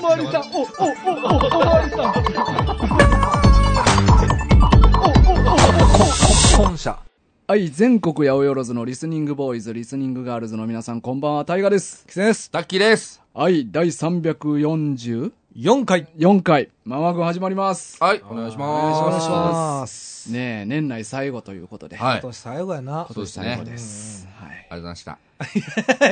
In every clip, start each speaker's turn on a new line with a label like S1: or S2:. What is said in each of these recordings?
S1: まわりさん、お、お、お、お、おまわりさん。
S2: 本社。
S1: はい、全国八百万のリスニングボーイズ、リスニングガールズの皆さん、こんばんは、タイガです。キセです。
S2: タッキーです。
S1: はい、第344
S3: 4回。。
S1: 回、ママ軍始まります。
S2: はい、お願いします。
S1: お願いしますねえ、年内最後ということで。
S2: はい。あ
S3: 今
S2: りがとう
S3: 年最後やな。
S1: 今年最後です。
S2: ございました。
S1: はい。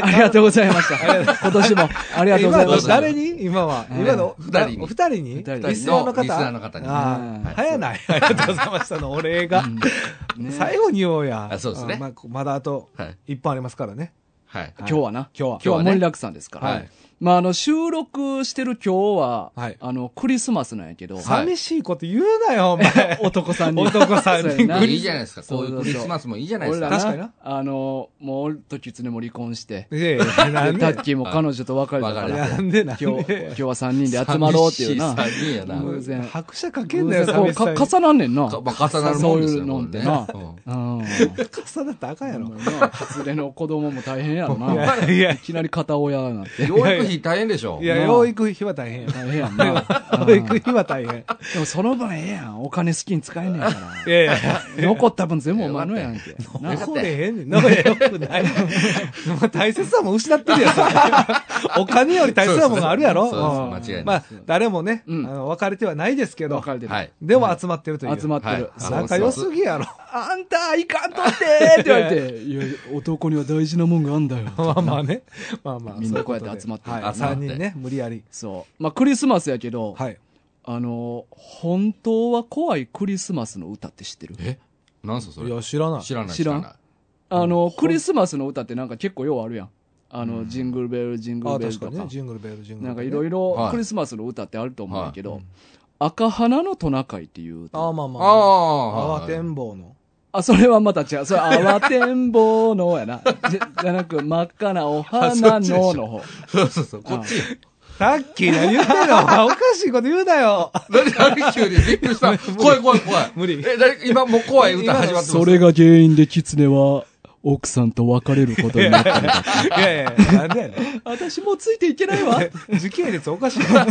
S1: ありがとうございました。今年も、ありがとうございま
S3: 今
S1: した。
S3: の誰に今は。今の、
S2: 二人に
S3: お二人に
S1: 二人に
S3: リスナーの方
S2: リスナーの方に
S3: あ
S2: はい
S3: あ、早ない。ありがとうございましたのお礼が。最後に言おうや。
S2: あそうですね
S3: あまあまだあと
S2: はい、
S3: 一本ありますからね。
S2: はい。
S1: 今日はな。今日
S3: 今日は
S1: は
S2: 今日
S1: 盛
S2: は
S1: り
S2: ね
S1: だくさんですから。
S3: はい
S1: まあ、あの、収録してる今日は、
S3: はい
S1: あの、クリスマスなんやけど、
S2: はい
S3: 寂しいこと言うなよ、お前。
S1: 男さんに。
S3: 男三人
S1: そうやな
S3: ク
S2: いいじゃないですか。こういうクリスマスもいいじゃないです
S1: 俺
S2: か。
S1: ら
S3: 確かにな
S1: あの、もう俺とキツネも離婚して、で
S3: いやいやなん
S1: タ
S3: で
S1: ッキーも彼女と別れたから、
S2: 別れ
S1: 今
S2: た
S3: なんでなん
S1: 日、今
S3: で
S1: 日は3人で集まろうっていうな。
S2: 寂しい三人やな。
S1: 偶然。
S3: 拍車かけん
S1: 偶
S3: なよ、
S1: 然こう
S3: 寂しさ
S1: か
S3: に。
S1: 重なんねんな。
S2: かまあ重なるもんです
S1: そうい
S2: よ
S1: うの
S2: こ
S1: んて
S2: れね
S1: な。
S2: う
S1: うん。
S3: 重なったらあかんやろ。
S1: 連れの子供も大変やろ
S3: い
S1: な。
S3: やいや
S1: いきなり片親なんて。
S2: 養育費大変でしょ
S3: い。や、養育費は大変や。
S1: 大変やん な。
S3: 養育費は大変。
S1: でもその分ええやん。お金好きに使えねえから。
S3: いやいや。
S1: 残った分全部お前のやんけ。な
S3: 残れへんねん。残れよくない。 まあ大切なもん失ってるやん それ、お金より大切なもんがあるやろ。
S2: そうですそうです間違いない
S3: まあ、誰もね、
S1: うん
S3: あの、別れてはないですけど
S1: 分、かれてる。
S2: はい。
S3: でも集まってるという。
S1: 集まってる。
S2: はい
S1: そう
S3: 仲良すぎやろ。
S1: あんた、いかんとってって言われて、いや、男には大事なもんがあんだよ。
S3: まあまあね。まあまあ。
S1: みんなこうやって
S3: そいとで
S1: 集まってる
S3: はい
S2: 集まって
S3: 3人ね、無理やり。
S1: そう。まあ、クリスマスやけど、
S3: はい。
S1: あの、本当は怖いクリスマスの歌って知ってる
S2: えなんすかそ
S3: い
S2: れ
S3: や、。知らない。
S2: 知らない。
S1: 知らん
S2: ない
S1: あの、クリスマスの歌ってなんか結構ようあるやん。あの、ジングルベル、ジング
S3: あ
S1: ル
S3: あ、
S1: ベル
S3: 確か
S1: と
S3: に
S1: か
S3: ね。。ジングルベル、ジングルベルね。
S1: なんかいろいろクリスマスの歌ってあると思うんやけど、
S3: はい
S1: 赤花のトナカイっていう歌
S3: ああ、まあまあ。
S2: ああ。
S3: 慌てんぼうの。
S1: あ、それはまた違う。それ、慌てんぼうのやな。じゃじゃなく、真っ赤なお花のの方。
S2: そうそうそう。こっち。
S3: さっき何言ってんの おかしいこと言うなよ。
S2: 何、何急にびっくりした。怖い怖い怖い。
S3: 無理
S2: え、誰今もう怖い歌始まってます。
S1: それが原因で狐は、奥さんと別れることになったんだ。
S3: いやいやいや、なんでやねん。
S1: 私もうついていけない わ。
S3: 時系列おかしいない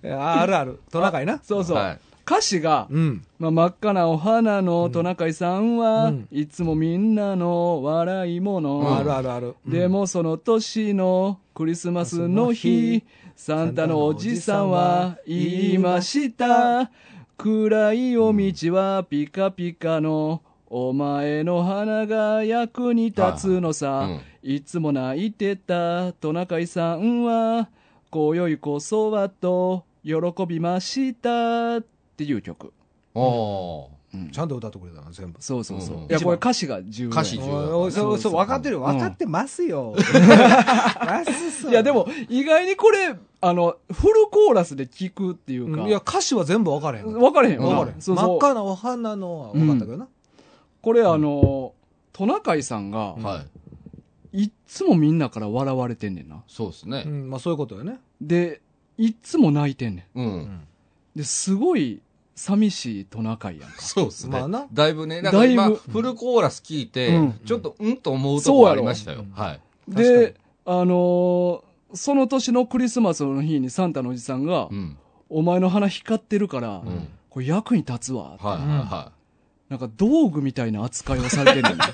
S3: や ああるあるトナカイな
S1: そうそう。
S2: はい
S1: 歌詞が、
S3: うん
S1: まあ、真っ赤なお花のトナカイさんは、
S3: うん
S1: いつもみんなの笑い者。
S2: うん
S3: あるあるある
S1: でもその年のクリスマスの日、サンタのおじさんは言いました。暗いお道はピカピカの、お前の花が役に立つの
S2: は
S1: さ
S2: いうん。
S1: いつも泣いてたトナカイさんは、今宵こそはと喜びました。っていう曲。
S2: おお
S3: ちゃんと歌ってくれたな全部
S1: そうそうそう
S2: うん。
S1: いや、これ歌詞が重要。
S2: 歌詞重要
S3: おいそうそう分かってるよ
S1: うん
S3: 分かってますよますそう
S1: いや、でも、意外にこれ、あの、フルコーラスで聞くっていう
S3: う
S1: か
S3: んいや、歌詞は全部分かれへん分
S1: 分かれへんよな
S3: かれへん
S1: そう
S3: 真っ
S1: そう。
S3: 赤なお花のは分かったけどな
S1: これ、あの、トナカイさんが
S2: ー。、はい。
S1: いっつもみんなから笑われてんねんな。
S2: そうですね
S3: う。んまあそういうことよね
S1: で、いっつも泣いてんね
S2: うん。
S1: ん。で、すごい寂しいトナカイやんか。
S2: そうですね。
S3: まあな
S2: だいぶね、なんか今、
S1: だいぶ
S2: フルコーラス聞いて、
S1: うん
S2: ちょっとうんと思うと
S1: そう
S2: こ
S1: や
S2: あ
S1: ろ
S2: りましたよ。はい。
S1: で、あのー、その年のクリスマスの日にサンタのおじさんが
S2: う、ん。
S1: お前の花光ってるから
S2: うん、
S1: これ役に立つわ。
S2: はいはいは
S1: なんか道具みたいな扱いをされてるん だ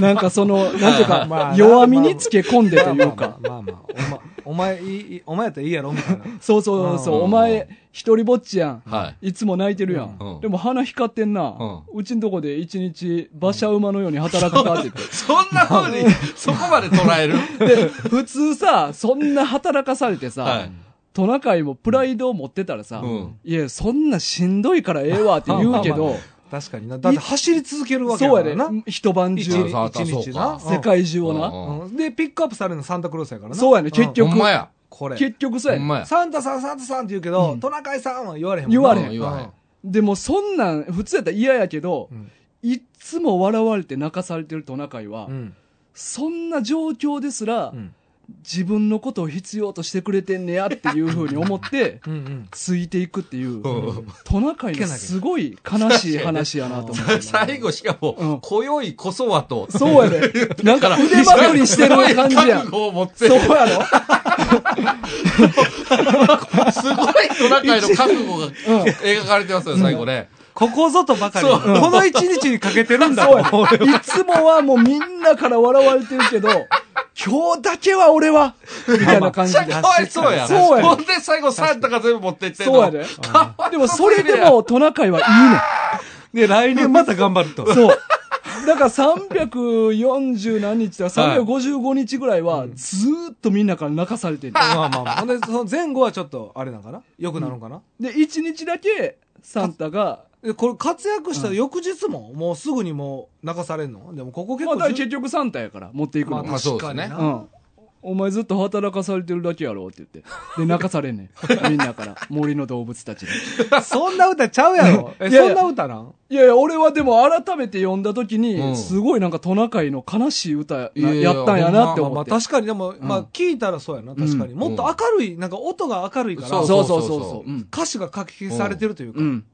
S1: なんかその、なんていう
S3: まあま
S1: か
S3: あ、
S1: 弱みにつけ込んでというか。
S3: まあまあまあまあおまお前いいお前やったらいいやろみたいな
S1: そうそうそう、
S2: うん
S1: お前、一人ぼっちやん
S2: い。。はい。
S1: いつも泣いてるやん。
S2: うん
S1: でも鼻光ってんな。うちんとこで一日、馬車馬のように働くかって言って。
S2: そんな風に、そこまで捉える
S1: で、普通さ、そん な働かされてさ、
S2: はい
S1: トナカイもプライドを持ってたらさ、
S2: うん
S1: いや、そんなしんどいからええわって言うけど、
S3: 確かになだって走り続けるわけや
S1: そう
S3: か
S1: や
S3: ら
S1: で
S3: な、
S1: 一晩
S3: 一
S1: 中
S3: 日、
S2: そうか
S3: 一日な
S2: そう
S1: 世界中をな。
S2: うん
S3: うんでピックアップされるのサンタクロースやからな
S1: そうやね、結
S3: ん
S2: ほ
S1: 局
S2: ん。まや。
S3: これ
S1: 結局そうや
S2: ほ
S1: ね
S2: んまや。
S3: サンタさん、サンタさんって言うけど、トナカイさんは言われへんもん
S1: 言われへ
S2: うん言わへん。
S1: でもそんなん、普通やったら嫌やけど、
S3: うん
S1: いっつも笑われて泣かされてるトナカイは、
S3: うん。
S1: そんな状況ですら、
S3: うん。
S1: 自分のことを必要としてくれてんねやっていうふうに思って、
S3: うんうん。
S1: ついていくっていう
S2: うん、
S1: トナカイのすごい悲しい話やなと思って。
S2: 最後しかも、
S1: うん
S2: 今宵こそはと。
S1: そうやで。なんか腕まくりしてる感じやん。
S2: 覚悟を持って
S1: そうやろ
S2: すごいトナカイの 覚悟が描かれてますよ、最後ね。
S3: ここぞとばかり。
S2: そう
S3: この一日にかけてるんだ
S1: そう
S3: もん
S1: や。
S3: 俺
S1: いつもはもうみんなから笑われてるけど、今日だけは俺は、みたいな感
S2: め
S1: じ
S2: っちゃ
S1: で。
S2: かわいそうやん。
S1: そうやね
S2: ほんで最後サンタが全部持ってってんの
S1: そうやで。
S2: かわい
S1: でもそれでもトナカイはい
S3: で、来年また頑張ると。
S1: いねん。そう。だから340何日だから355日ぐらいはずーっとみんなから泣かされてる。
S3: まあまあまあ。ほんで、その前後はちょっと、あれなんかな良くなるのかな、
S1: で、1日だけサンタが、
S3: でこれ活躍した翌日も、もうすぐにもう泣かされんのでもここ結
S1: まあ
S3: 構
S1: だから結局サンタやから持っていくの
S2: まあ
S1: が。
S2: そうですね
S3: な
S1: うん。お前ずっと働かされてるだけやろって言って。で、泣かされんねん。み んなから。森の動物たちに。
S3: そんな歌ちゃうやろ。え、
S1: いやい
S3: そ
S1: や
S3: んな歌なん
S1: いやいや、俺はでも改めて読んだ時に、
S2: うん
S1: すごいなんかトナカイの悲しい歌や
S2: いやいや
S1: やったんやなって
S3: ま
S1: 思
S3: あま
S1: っ
S3: あ
S1: て。
S3: 確かにでも、
S1: ん
S3: まあ聞いたらそうやな、確かに。
S1: うん
S3: もっと明るい、なんか音が明るいから、
S2: そう
S1: そうそうそうそう。うん
S3: 歌詞が書き消されてるというか。
S1: うん。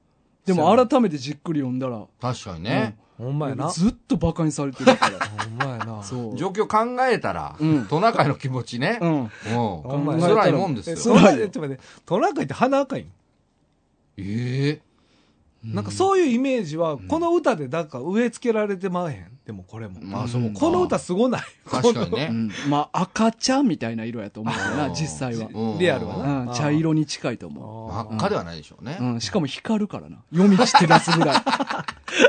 S1: でも改めてじっくり読んだら、
S2: 確かにね。
S3: ほんまやな。
S1: ずっと馬鹿にされてるから。
S3: ほんまやな。
S1: そう。
S2: 状況考えたら
S1: うん、
S2: トナカイの気持ちね。
S1: う
S2: うん。
S1: ん。
S3: ほんまやな
S2: 辛いもんです
S3: え、
S2: よ。
S3: そんな、えちょっと待って、トナカイって鼻赤いん
S2: ええ
S3: なんかそういうイメージは、この歌でなんか植え付けられてまえへん。でもこれも。
S2: まあそうか
S3: この歌すごない。
S2: 確かに
S1: う
S2: ね。
S1: んまあ赤茶みたいな色やと思うよ
S2: あ
S1: な、
S2: ー
S1: 実際は。
S2: うん
S3: リアルはな
S1: うん、茶色に近いと思
S3: この。
S2: 真っ赤ではないでしょうね
S1: う。。うん、しかも光るからな。夜道照らすぐらい。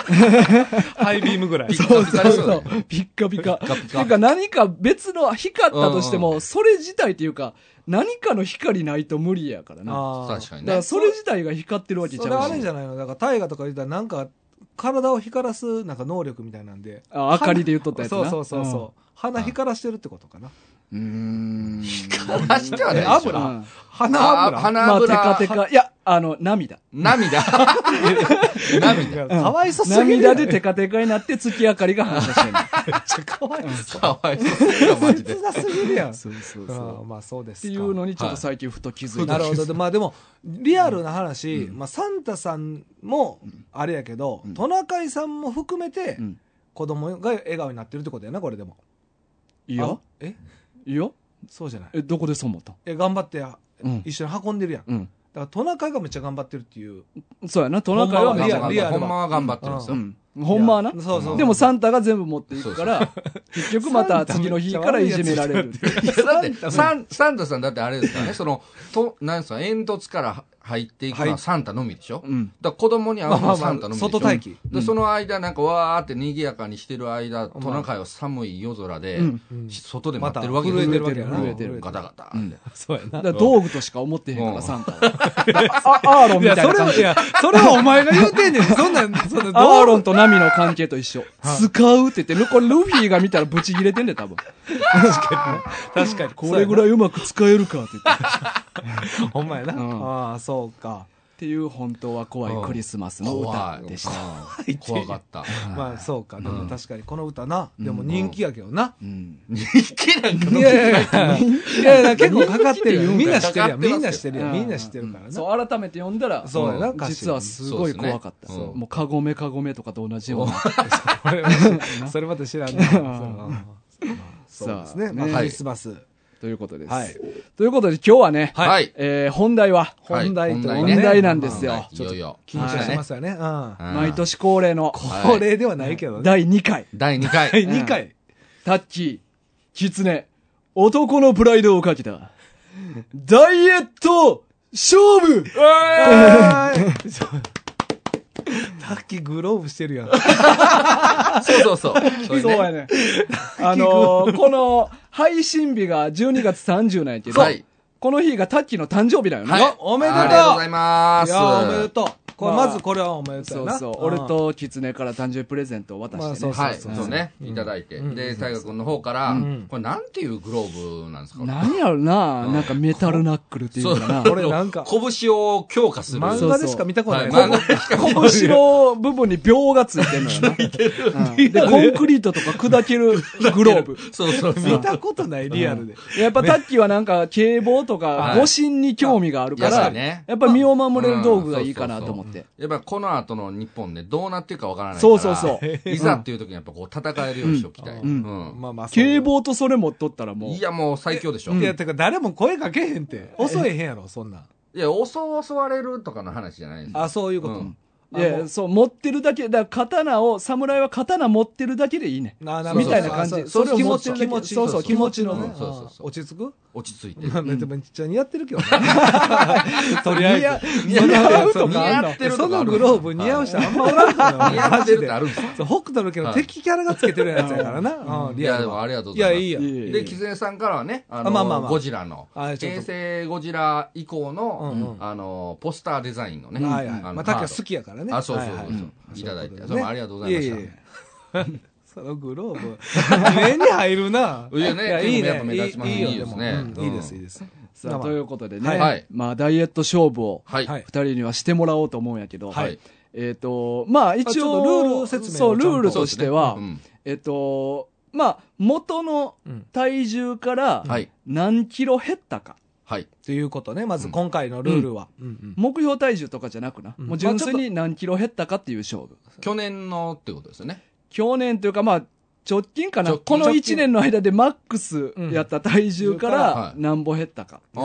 S3: ハイビー ムぐらい。
S2: ピッカピカですよね
S1: ピッカピカ。
S2: ピカピカ
S1: ていうか何か別の光ったとしても、それ自体っていうか、何かの光ないと無理やからな。
S3: あー
S2: 確かに
S1: だから
S2: ね。
S1: それ自体が光ってるわけ
S3: そ
S1: ち
S3: れ
S1: ゃ
S3: あ
S1: う
S3: れ
S1: し
S3: じ。ゃないのだから大河とか言ったらなんか体を光らすなんか能力みたいなんで
S1: あ明かりで言っとったやつな
S3: そうそうそうそう、鼻光らしてるってことかな
S1: うーん。
S2: 出してはないでしょ。
S3: 油
S1: うん
S3: 鼻
S2: あ
S3: 油
S2: 鼻
S1: まあ、テ
S2: 油。
S1: カテカ。いや、あの、涙。
S2: 涙。
S3: い
S2: 涙。
S3: やかわいそすぎる
S1: 涙
S3: やん
S1: でテカテカになって月明かりが反射してる。
S3: めっちゃかわいそ
S2: かわいそう。マジで
S3: 切。なすぎるやん
S1: そうそう
S3: あー
S1: そう。
S3: まあそうで
S1: っ
S3: す
S1: て
S3: か
S1: いうのにちょっと最近ふと気づいた。
S3: なるほどでまあでもリアルな話、まあ、サンタさんもあれやけど、トナカイさんも含めて
S1: うん
S3: 子供が笑顔になってるってことやなこれでも
S1: いや
S3: あえ
S1: いや
S3: そうじゃない
S1: え、どこでそう思ったん
S3: え頑張ってや
S1: うん
S3: 一緒に運んでるやん
S1: うん。
S3: だからトナカイがめっちゃ頑張ってるっていう。
S1: そうやな、トナカイは
S3: ほんまはリアルリアルは
S2: ほんまは頑張ってるんです
S1: う
S2: よ。
S1: ん。ほんまはな。
S3: いやそうそう。
S1: でもサンタが全部持っていくから、結局また次の日からいじめられる。
S2: いやだって、サン、サンタさんだってあれですからね、その、と、なんすか、煙突から入っていくの
S3: はい
S2: はサンタのみでしょ、
S1: うん。
S2: だから子供に会う
S3: ま
S2: の
S3: あまあ
S2: はサンタのみでしょ、
S3: 外待機
S2: で、その間、なんかわーって賑やかにしてる間、トナカイは寒い夜空で、
S1: うん
S3: うん
S2: 外で待ってるわけです
S3: また震えてるわけ
S2: よ
S3: や
S1: な
S2: うん
S1: 震えてる
S2: ガタガタ。
S1: うん
S3: そうや
S1: だ
S3: な
S1: から道具としか思ってへんか
S2: う
S1: ら、
S2: ん
S1: サンタは。あアーロン
S3: い
S1: み
S3: や、
S1: たい
S3: そ
S1: な感
S3: れは、い
S1: じ。
S3: や、それはお前が言うてんねん。そんなん、そん
S1: ア
S3: な、
S1: ーロンとナミの関係と一緒。使うって言って、これルフィが見たらブチ切れてんで、多分。
S3: 確かに。
S1: これぐら
S3: い。
S1: いうまく使えるかって言って。っ
S3: ほんまやな。
S1: ん
S3: ああ、そうか。
S1: ていう本当は怖いクリスマスの歌
S2: 怖
S1: で
S2: い
S1: した。。
S2: うん怖かった。
S3: まあ、そうか。でも確かに、この歌な。でも人気やけどな。
S1: うん。
S3: いやいやいや、いやいや、結構かかってるよ。
S2: 人気
S3: みん
S2: っ
S3: なん知
S2: て言うか
S3: ってるやん。みんな
S2: かかってますよ
S3: 知ってるやん。みんな知ってるからな。
S1: そう、改めて読んだら、
S3: そうや
S1: う
S3: な
S1: ん
S3: 歌詞
S1: 実はすごい怖かった。
S2: そうですねうん
S1: もう、カゴメカゴメとかと同じような。
S3: それはそれまた知らんな。それはまあそうですね。
S1: さあ
S3: まあ
S1: ね
S3: クリスマス。
S1: ということです。
S3: はい
S1: ということで今日はね、
S2: はいはい
S1: えー本題は、
S3: 本題と
S2: はい
S1: 本題なんですよ
S2: 本題いよいよ。
S3: 緊張しますよね。うん。
S2: うん
S1: 毎年恒例の
S2: はい
S3: これではないけどね。
S1: 第2回、
S2: 第2 回。
S3: 第2回。
S1: タッキー、キツネ、男のプライドをかけた、ダイエット勝負
S3: タッキーグローブしてるやん。
S2: そうそうそう。
S1: そう やね。あのーこの配信日が12月30なんやけど、
S2: はい
S1: この日がタッキーの誕生日だよね。
S2: はい
S3: おおめでとう
S2: ありがとうございま
S3: い
S2: す。
S3: やーおめでとう。これ
S1: まあ
S3: まずこれはおめでと
S1: そうう
S3: やな。
S1: そう、
S3: ん
S1: 俺。とキツネから誕生日プレゼントを渡してね。
S3: まあそうそう
S2: はい、そうね、いただいて。で、大河君の方から、これなんていうグローブなんですか
S1: 何やろな、なんかメタルナックルっていう
S2: そう
S1: かな。
S3: 俺なんか
S2: 拳を強化する。
S3: 漫画でしか見たことない。
S2: はい漫画でしか見たことない
S1: 拳の部分に秒がついてんのよな。うんで、コンクリートとか砕けるグローブ。
S2: そうそうそ
S3: 見
S2: う。
S3: たことない、リアルで。
S1: やっぱタッキーはなんか警棒とか
S2: はい
S1: 護身に興味があるから、
S2: いやそうね
S1: やっぱ身を守れる道具がいいかなと思っって。
S2: やっぱこの後の日本ね、どうなっていくかわからないから。。
S1: そうそうそう
S2: いざっていう時にやっぱこう戦えるようにしておきたい。
S3: うん
S2: うん
S3: まあまあ、そう
S1: 警棒とそれ持っとったらもう
S2: い。や、もう最強でしょ。
S3: い
S2: い
S3: や、てか誰も声かけへんって。襲えへんやろ、そんなん。
S2: や、襲わ襲われるとかの話じゃないんですよ
S3: あ、そういうこと。
S2: うん
S3: あ
S1: いやいやそう、持ってるだけ、だから刀を、侍は刀持ってるだけでいいね。
S3: なな
S2: そう
S1: み
S2: そう
S1: たいな感じ。
S3: そ
S1: そうれ
S3: そう
S1: を
S3: 気
S1: 持
S3: 持
S1: って
S3: ち、
S1: る
S3: 気
S1: だけ
S3: 持ち。
S1: そうそう、気持ちの
S2: う
S1: ね
S2: ん。そうそうそう
S3: 落ち着く
S2: 落ち着いて。
S3: まあ、めっちゃ似合ってる けどね。とりあえず。
S2: 似合
S1: う
S2: と
S1: と
S2: 似
S1: か
S2: 合ってるとか
S3: そのグローブ似合う人あんまおらんから
S2: 似合ってるってあ
S3: る。
S2: るんですよ。
S3: そう北斗の家の敵キャラがつけてるやつやからな。うん
S2: い
S3: リア
S2: や、
S3: ルは
S2: でもありがとう
S3: い
S2: ご
S3: や、
S2: ざいます。
S3: いいやん。
S1: いえいえ
S2: で、キツネさんからはね、あの、
S3: まあまあまあ
S2: ゴジラの、
S3: あちょっと
S2: 平成ゴジラ以降の、
S3: うんうん
S2: あの、ポスターデザインのね、
S3: はいはい。
S2: あの
S3: まあ、た
S2: カ
S3: けは
S2: ード
S3: 好きやからね。
S2: あ、そうそうそう
S3: は
S2: そう、
S3: はいは
S2: ただい
S3: そ
S2: て、
S3: ういうことでね
S2: それもありがとうございました。
S3: いえいえ そのグローブ、目に入るな。
S2: いやね
S3: いい
S2: 結構やっ
S3: ね。
S2: ぱ目立ちますね
S3: いいよ
S2: いいですね
S3: もうん
S2: うん
S3: いいです、いいです。
S1: さあ、ということでね、
S2: はい
S1: まあ、ダイエット勝負を、
S2: はい。
S3: はい
S1: 二人にはしてもらおうと思うんやけど、
S2: はい
S1: えっ、と、まあ、一
S3: あ
S1: 応、
S3: ちょっとルール説明を
S1: そう、
S3: ち
S1: ル
S3: ゃんと
S1: ールとしては、
S2: そうですね
S1: えっ、と、まあ、元の
S3: うん
S1: 体重から
S2: うん、はい。
S1: 何キロ減ったか。
S2: はい。
S3: ということね、まず今回のルールは。うん
S1: 目標体重とかじゃなくな。
S3: うん
S1: もう純粋
S3: まあち
S1: に何キロ減ったかっていう勝負。
S2: 去年のってことですよね。
S1: 去年というか、まあ、直近かな。
S2: 直近
S1: この
S2: 直近
S1: 1年の間でマックスやった体重か
S2: うんは
S1: ら
S2: い
S1: 何歩減ったか。
S2: ああ。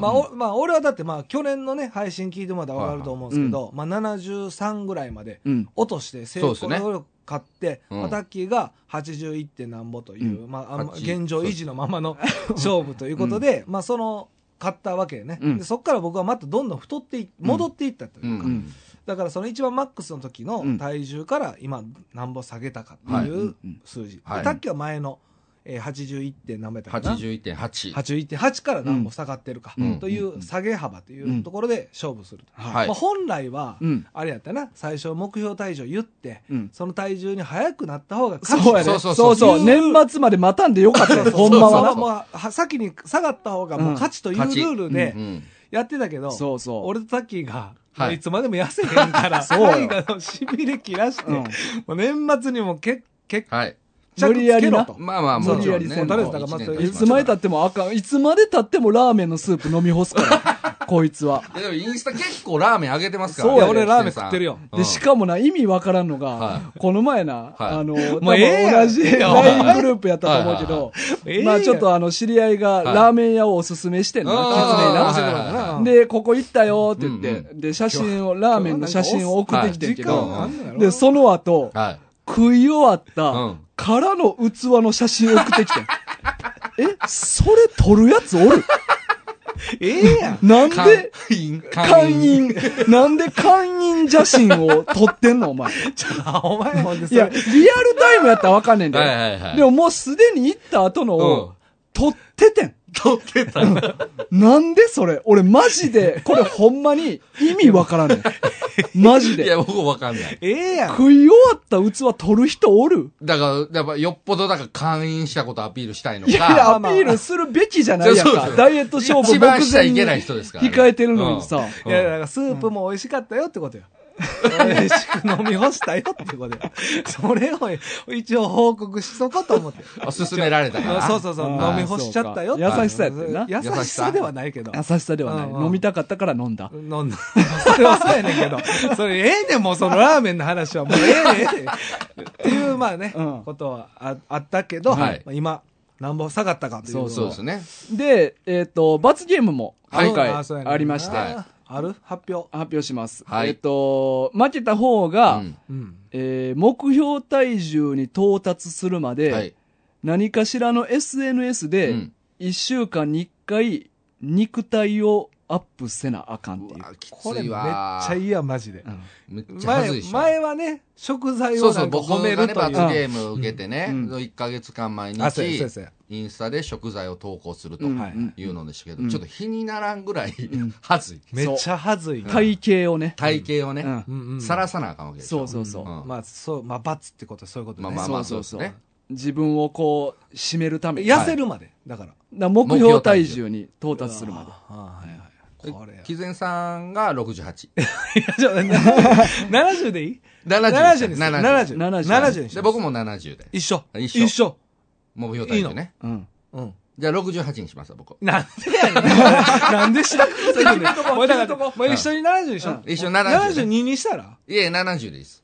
S3: まあ、おまあ、俺はだって、まあ、去年のね、配信聞いてもらったらわかると思うんですけど、まあ、73ぐらいまで
S1: うん。
S3: 落として、成
S2: そうです
S3: 功
S2: ね
S3: 力買って、
S2: うん
S3: まあタッキーが81点なんぼという、まああんま、
S2: 80
S3: 現状維持のままの勝負ということで、まあ、その、買ったわけよね。
S1: うん
S3: でそこから僕はまたどんどん太ってい、戻っていったという
S2: う
S3: か、
S2: ん。
S1: うん
S3: だからその一番マックスの時の
S1: うん
S3: 体重から今何本下げたかって
S2: はい
S3: いううん
S1: うん
S3: 数字、
S2: はい
S3: でタッキーは前の、えー、81. 点何倍だったかな
S2: 81.8。
S3: 81.8から何本下がってるか
S2: うん
S3: という下げ幅というところで勝負すると、
S2: はい
S3: まあ、本来は
S1: うん
S3: あれやったな最初目標体重言って、
S1: うん
S3: その体重に早くなった方が勝ち
S1: そうや
S2: そ
S1: ね。
S2: うそ
S1: そうう
S2: そ
S1: そうう。年末まで待たんでよかった よ、ほんま
S3: その
S1: は
S2: う
S1: な。
S3: まあは先に下がった方がもう勝ちというル
S2: 勝ち
S3: ールで
S2: うん。
S3: やってたけど、
S1: そうそう。
S3: 俺とタッキーが、
S2: は
S3: も
S2: い
S3: うい、つまでも痩せへんか ら、
S1: そうよ
S3: 大河のしびれ切らして、
S1: うん
S3: もう年末にもけ決
S2: はい。
S3: 着
S1: 無理や
S3: つけ
S1: り
S3: ろ
S1: な
S3: と。
S2: まあまあ、
S3: そう
S2: もちろん
S1: 無理
S2: ね。
S1: やり
S2: も
S3: と
S2: う
S3: りあえずだからまず
S2: 一年経
S1: い
S2: ち
S1: つまで
S2: し
S1: 経
S2: た
S1: ってもあかん。いつまで経ってもラーメンのスープ飲み干すから。こいつは。
S2: らいやでもインスタ結構ラーメンあげてますからね。
S3: そうや、俺
S2: キツネさん
S3: ラーメン食ってるよ。
S2: う
S1: で、
S2: ん
S1: しかもな、意味わからんの
S2: は
S1: が、この前な、
S2: はい
S1: あの、
S3: もうええや
S1: 同
S3: ん
S1: じ LINE グループやったと思うけど
S3: はいはい、
S1: ま
S3: ええや
S1: あ
S3: ん
S1: ちょっとあの、知り合いが
S2: はい
S1: ラーメン屋をおすすめしてんな、
S2: あー
S1: き
S3: キツ
S1: つ
S3: ネ
S1: ね
S3: な
S2: はいはいは
S1: な。
S2: い
S1: で、ここ行ったよって言っ
S2: うん
S1: て、で、写真を、ラーメンの写真を送ってきてんけ
S2: は
S1: ど、
S2: い
S1: で、 その後、
S2: はい。
S1: 食い終わっ
S2: う
S1: た
S2: ん、
S1: からの器の写真送ってきてん。え、それ撮るやつおる
S3: ええ やん。
S1: なん
S2: 会
S1: で
S2: 員、
S1: 会。員、なんで会員写真を撮ってんのお前。
S3: ちょお前ほんで そ
S1: いや、
S3: れ
S1: リアルタイムやったらわかんねえん
S2: はい
S1: だ
S2: はい
S1: よ。
S2: はい。
S1: でももうすでに行った後の
S2: うん
S1: を撮っててん。
S2: 撮ってた。
S1: なんでそれ俺マジで、これほんまに意味わからんね ん。マジ
S2: い
S1: で。
S2: や、僕わかんない。
S3: ええやん。
S1: 食い終わった器撮る人おる
S2: だから、やっぱ、よっぽど、だから、会員したことアピールしたいのか。
S1: いやいや、
S3: まあ
S1: アピ
S3: まあ
S1: ールするべきじゃないやん
S2: そうそう
S1: か
S2: そ。う
S1: ダイエット勝負
S2: 一番しちゃ
S1: 目
S2: いけ
S1: 前
S2: ない
S1: に
S2: 人ですからね。
S1: 控えてるのにさ。
S2: う
S3: い
S2: ん
S3: や、だからスープも美味しかったよってことよ。美味しく飲み干したよってことよ。 それを一応報告しとこうと思って。
S2: あ勧められたから。
S3: そうそうそう、
S1: あー
S3: 飲み干しちゃったよって
S1: そうか優しさやってんな
S3: 優しさではないけど。
S1: 優しさでは
S3: うん
S1: な
S3: う
S1: い。
S3: ん
S1: 飲みたかったから飲んだ。
S3: 飲んだ。それはそうやねんけど。 それええねん、もうそのラーメンの話はもうええねんええねん。っていう、まあね、
S1: うん
S3: ことはああったけど、
S2: はい
S3: まあ今、何本下がったかというのを。
S2: そうですね。
S1: で、えっ、と、罰ゲームも
S3: あ
S1: 今回
S3: あそうやねん
S1: ありまして、
S2: はい
S1: 発
S3: あある発表。
S1: 表します。
S2: は
S1: え
S2: い
S1: っ、と、負けた方が、
S2: うん
S3: うん。
S1: えー目標体重に到達するまで、
S2: はい。
S1: 何かしらの SNS
S2: う
S1: で
S2: ん、
S1: 1週間に1回、肉体をアップせなあかんっていう
S2: う。わき
S3: こ
S2: つ
S3: れめ
S2: い
S3: っち
S2: わ。
S3: ゃいいや、マジで。
S2: めっちゃはず
S3: 前
S2: いでしょ。
S3: 前はね、食材
S2: そ
S3: を
S2: うそ
S3: な
S2: う、
S3: んか
S2: 僕
S3: 褒め
S2: が
S3: る
S2: ね、
S3: とい
S2: 罰
S3: う
S2: ゲ。ーム受けてね、
S1: うん
S2: 1ヶ月間毎
S3: あそうやそうやそう
S2: 日
S3: や、
S2: インスタで食材を投稿すると
S1: うん
S3: はい
S2: いうのでしたけど、
S1: うん
S2: ちょっと日にならんぐらい
S1: ん、
S2: はずい。
S3: めっちゃはずいな。
S1: 体型をね、
S2: 体型をね
S1: うん、
S3: うんうん
S2: さらさなあかんわけでし
S1: そ
S2: ょ
S1: う。そうそう。
S2: うん
S3: まあ、そう、まあ、罰ってことはそういうことね。
S2: まあまあまあ、そうですね。
S1: 自分をこう、締めるために。
S3: 痩せるまで、だから。
S1: だから目標体重に到達するまで。
S3: あーはいはいこれや
S2: 貴前さんが68。
S3: いやちょ70でいい
S2: 70
S3: ?70
S2: で
S3: に
S2: す
S3: する。
S2: 70
S3: 70。
S1: 70
S3: 70にします
S2: で、僕も70で。
S3: 一緒。
S2: 一緒
S3: 一緒。
S2: 目標体重ね。
S1: うん。
S3: うん。
S2: じゃあ68にしますわ僕。
S3: なんで やねん。なんで下くっつけてんねん。もうだから、もう一緒に70にしょ。
S2: 一緒に
S3: 72
S2: 70、ね。
S3: にしたら
S2: いえ、70です。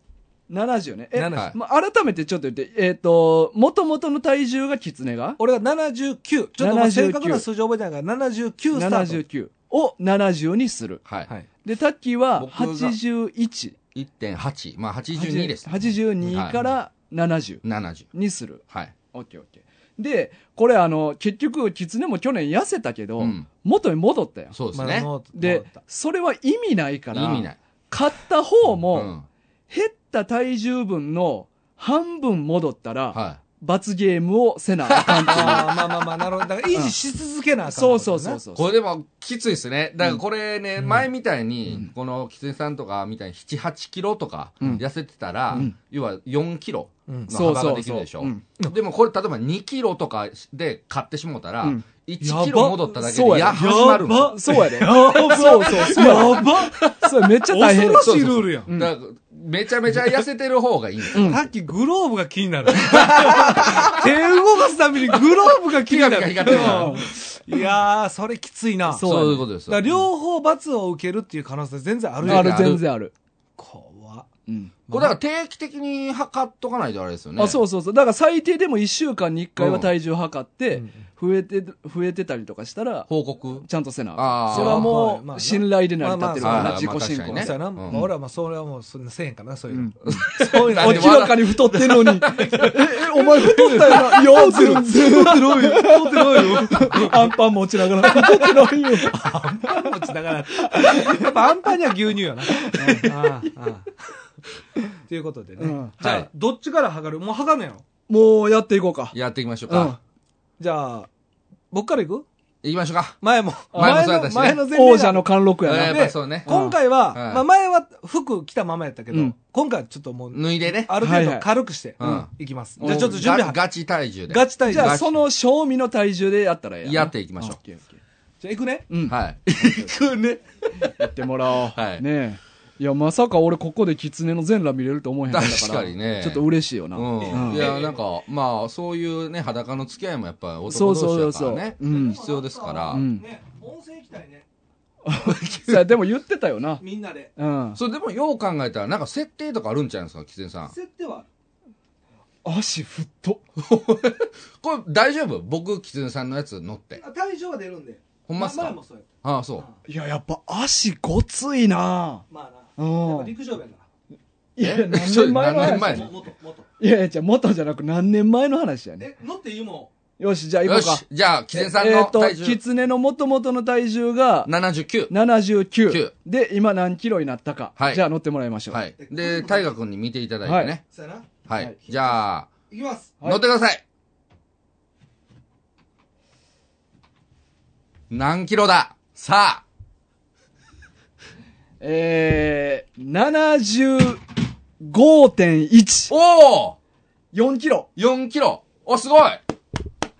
S1: 70ね。え、
S2: 70
S1: まあ、改めてちょっと言って、えっ、と、もともとの体重がキツネが
S3: 俺が79。ちょっとまあ正確な数字覚えてないから、79スター
S1: 79
S3: ト。
S1: を70にする。
S2: はい。
S3: はい。
S1: で、タッキーは
S2: 僕が
S1: 81。
S2: 1.8。まあ82です。
S1: 82から70
S2: 70。
S1: にする。
S2: はい。
S1: オッケーオッケー。で、これあの、結局、キツネも去年痩せたけど、
S2: うん
S1: 元に戻ったよ。
S2: そうです
S3: ま
S2: ね
S3: あ。戻った
S1: で、それは意味ないから、
S2: 意味ない。
S1: 買った方も、
S2: うん
S1: 減った体重分の半分戻ったら、
S2: は
S1: 罰ゲームをせなあかんっていう。
S3: あーまあまあまあ、なるほど。だから維持し続け なあかんってこと
S1: そ
S3: ね
S1: うそうそうそ
S2: い。
S1: う。
S2: これでもきついですね。だからこれね、
S3: うん
S2: 前みたいに、このキツネさんとかみたいに7、8キロとか
S1: うん
S2: 痩せてたら、
S1: うん
S2: 要は4キロ
S3: うん
S2: の幅ができるでしょ。
S1: そうそう
S2: でもこれ例えば2キロとかで買ってしもうたら、
S1: うん
S2: 1キロ戻っただけ
S1: やば
S2: で、や、始まるんですよ
S1: あそうやで。そうそうそう。やばそれめっちゃ大変。
S3: 恐ろしいルールやん。
S1: うん
S2: だからめちゃめちゃ痩せてる方がいいんですよ。
S1: うん
S3: さっきグローブが気になる。手動かすためにグローブが気にな
S2: ピカ
S3: る。
S2: ピカ光ってるから
S3: いやー、それきついな。
S1: そうやね
S2: そういうことです
S3: だから
S2: よ。
S3: 両方罰を受けるっていう可能性全然ある
S1: あ
S3: よ
S1: る
S3: ね。
S2: ある
S1: 全然ある。
S3: 怖っ
S1: うん。
S2: これだから定期的に測っとかないとあれですよね。
S1: あ、そうそうそう。だから最低でも1週間に1回は体重測って
S3: うん、
S1: 増えて、増えてたりとかしたら、
S2: 報告。
S1: ちゃんとせなあか
S2: あー
S1: ん。それは
S3: まあま
S1: も
S3: あ
S1: う、信頼で成り立ってるから
S2: ま
S1: な、
S2: あまあ
S1: 自己申
S2: まあ
S1: 告
S2: ね
S3: そうやな。ま
S2: う
S3: あ
S2: ん
S3: 俺はまあ、それはもう、そんなせえへんからな、そういう
S1: う
S3: の
S1: ん。
S3: そういうの。
S1: 明らかに太ってるのに。え、え、お前太ったよな。いや、全然太ってないよ。太ってないよ。アンパン持ちながら。太ってないよ。
S3: パン持ちながら。やっぱアンパンには牛乳よな。ああああということでね。
S1: うん
S3: じゃあ、
S2: はい
S3: どっちから測るもう測んねやろ。
S1: もうやっていこうか。
S2: やっていきましょう
S1: う
S2: か
S1: ん。。
S3: じゃあ、僕から行く
S2: いきましょうか。
S3: 前も。
S2: 前もそうやったしね
S3: 前の前の前提が
S1: 王者の貫禄や
S2: や
S1: な。
S2: っぱりそうね。
S3: 今回は、
S2: うん
S3: まあ前は服着たままやったけど、
S1: うん
S3: 今回はちょっともう、
S2: 脱いでね。
S3: ある
S1: は
S3: 程
S1: い
S3: 度
S1: はい
S3: 軽くして、
S2: うん
S3: うんいきます。じゃあちょっと準備は
S2: ガガチ体重で。
S3: ガチ対
S1: じ
S3: じゃ
S1: ゃ
S2: ガ
S1: あ、
S2: チ
S1: その賞味の体重でやったらええやんな
S2: やっていきましょう
S1: オッケーオッケー
S3: あ行くね。
S1: うん。や
S2: はい。行くね。
S1: ってもらおう。
S2: はい
S1: ねえ。いや、まさか俺ここで狐の全裸見れると思えへんかったから。
S2: 確かにね
S1: ちょっと嬉しいよな。
S2: うん。いや、なんか、まあ、そういうね、裸の付き合いもやっぱり
S1: そ
S2: 男
S1: うそうそ
S2: 同
S1: うそ
S2: 士だ
S1: う
S2: からね。。
S1: うん。
S2: 必要ですから
S1: うん
S3: ね、温泉行きたいね。
S1: さあ、でも言ってたよな。
S3: みんなで。
S1: うん。
S2: それでもよう考えたら、なんか設定とかあるんちゃうんですか、キツネさん。
S3: 設定は
S1: 足ふっと。
S2: これ大丈夫僕、キツネさんのやつ乗って。
S3: 体重は出るんで。
S2: ほんまっすか
S3: そうやっ
S2: ああ、そう。
S1: いや、やっぱ足ごついな
S3: た。まあな。
S1: うん。
S3: 陸上部やから。
S1: いや、
S2: え
S1: 何年前の
S2: 何
S1: 話
S2: 年前
S1: い
S2: も
S3: 元、元。
S1: やいや、じゃあ元じゃなく何年前の話やね。
S3: え、乗って言うも
S1: よし、じゃあ行こ
S2: よ
S1: うか
S2: し。。じゃあ、キツネさん
S1: え
S2: の
S1: ーと
S2: 体、
S1: キ
S2: 重。
S1: ツネの元々の体重が
S2: 79。
S1: 79
S2: 九。
S1: で、今何キロになったか。
S2: はい
S1: じゃあ乗ってもらいましょう。
S2: はい。で、大河君に見ていただいてね。
S3: そうやな。
S2: はい。
S1: はい
S2: じゃあ、
S3: 行きます。
S1: はい
S2: 乗ってください。何キロださあ、
S1: えー、75.1。
S2: おお
S1: 4キロ。
S2: !4 キロお、すごい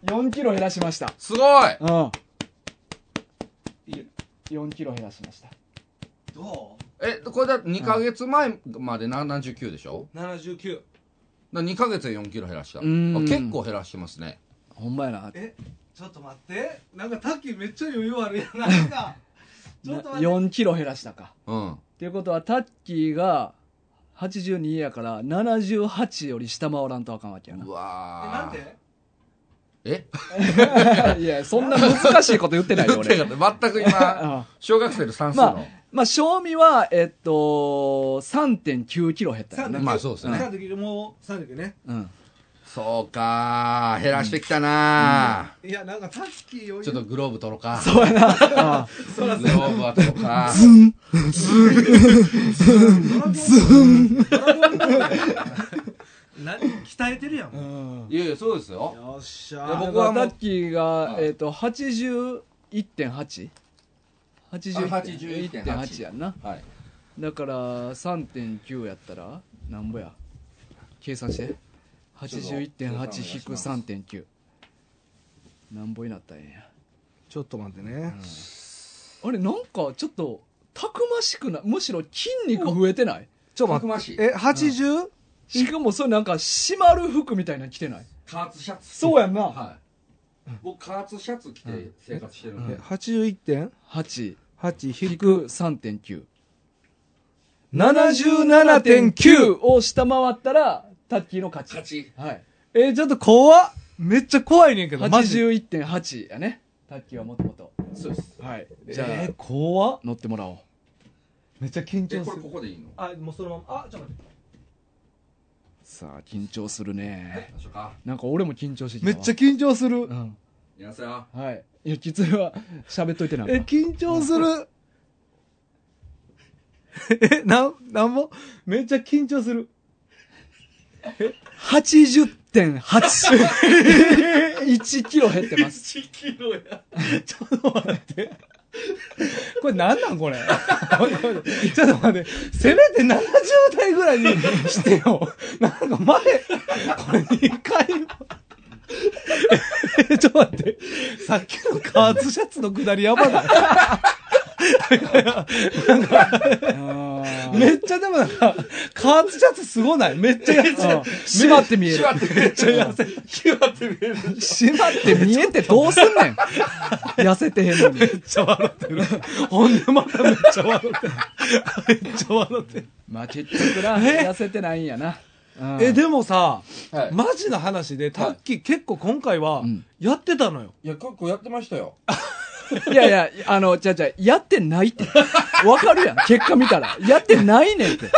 S1: 4キロ減らしました。
S2: すごい
S1: うん。4
S3: いい
S1: キロ減らしました。
S3: ど
S2: え、これだって2ヶ月前まで79でしょ
S3: う ?79。
S2: だ2ヶ月で4キロ減らした。あ
S1: うーん
S2: 結構減らしてますね。
S1: ほんまやな。
S3: え、ちょっと待って。なんかタッキーめっちゃ余裕あるやん。 なんか。ちょっと待って。
S1: 4キロ減らしたか。
S2: うん。
S1: っていうことは、タッキーが82やから、78より下回らんとあかんわけやな
S2: う。
S3: え、なん
S2: わー。
S3: て
S2: え
S1: いや、そんな難しいこと言ってないよ、俺。
S2: てか 全く今、
S1: あ
S2: 小学生の算数
S1: まあ
S2: の。、
S1: まあ、賞味は、えっと、3.9キロ減ったよね。
S2: まあそうですね
S3: 3の時もう、3の時ね。
S1: うん。
S2: そうかー。減らしてきたなー。
S3: いや、なんかタッキー余裕。
S2: ちょっとグローブ取ろうか。
S1: そうやな。あ
S2: グローブは取ろうか。
S3: 何鍛えてるやん。
S1: う
S3: よ
S1: ん。
S2: いやいや、そうですよ。
S3: っし
S2: いや
S3: ゃ。
S2: 僕はも
S1: タ
S2: う
S1: ッキーが
S2: は、い
S1: えっと、81.8?81.8
S2: 81.8
S1: 81.8やんな。
S2: はい。
S1: だから、3.9やったら、なんぼや。計算して。81.8引く3.9。なんぼになったんや。
S3: ちょっと待ってね。
S1: あれ、なんか、ちょっと、たくましくないむしろ筋肉増えてない
S3: ちょった
S2: く
S3: と
S2: ま
S3: 待
S2: し
S3: っ
S2: い
S3: て。え、80?
S1: しかもそれなんか締まる服みたいなの着てない
S2: 加圧シャツ。
S1: そうやんな、
S2: は僕、加圧シャツ着て生活してるんで。
S3: 81.8
S1: 8
S3: 引
S1: 引
S3: く
S1: く3.9
S3: 77.9!
S1: を下回ったらタッキーの勝ち
S2: 勝ち。
S1: はい
S3: えー、ちょっと怖っめっちゃ怖いねんけど、マジ。
S1: 81.8やねタッキーはもともと
S2: そうです。
S1: はいじ
S3: じ
S1: ゃ
S3: ゃ
S1: あ、
S3: あ、えー、怖っ
S1: 乗ってもらおう
S3: めっちゃ緊
S2: え、
S3: 張
S2: こ
S3: す
S2: れこ
S3: る。
S2: こでいいの
S3: あ、もうそのまま。あ、ちょっと待って。
S1: さあ緊張するね
S2: 場所か。
S1: なんか俺も緊張してきた
S3: め
S1: わ
S3: っちゃ緊張する
S1: う。ん
S2: いらっしゃいよ。
S1: はいいやきついは喋っといてなんか
S3: え、緊張する。 え、なん、なんもめっちゃ緊張する。
S1: 80.8 1キロ減ってます
S2: 1キロや。
S3: ちょっと待って。 これ何なんこれ。ちょっと待って。せめて70代ぐらいにしてよ。 なんか前、これ2回も。 えちょっと待って。さっきのカーツシャツのくだりやば ない。めっちゃでもなんか、カーツシャツすごない。 めっちゃ安い。
S1: うん締まって見える
S2: 縛って見える。縛って見える。
S1: 締まって見えてどうすんねん 痩せてへんのに
S3: めっちゃ笑ってる。ほんでまためっちゃ笑って る。めっちゃ笑ってる。
S1: まあ結局な痩せてないんやなうん
S3: え、でもさ、
S2: はい
S3: マジな話で、タッキー結構今回は
S1: うん
S3: やってたのよ。
S2: いや、結構やってましたよ。
S1: いやいや、あの、じゃあじゃあやってないって。わかるやん。結果見たら。やってないねんって。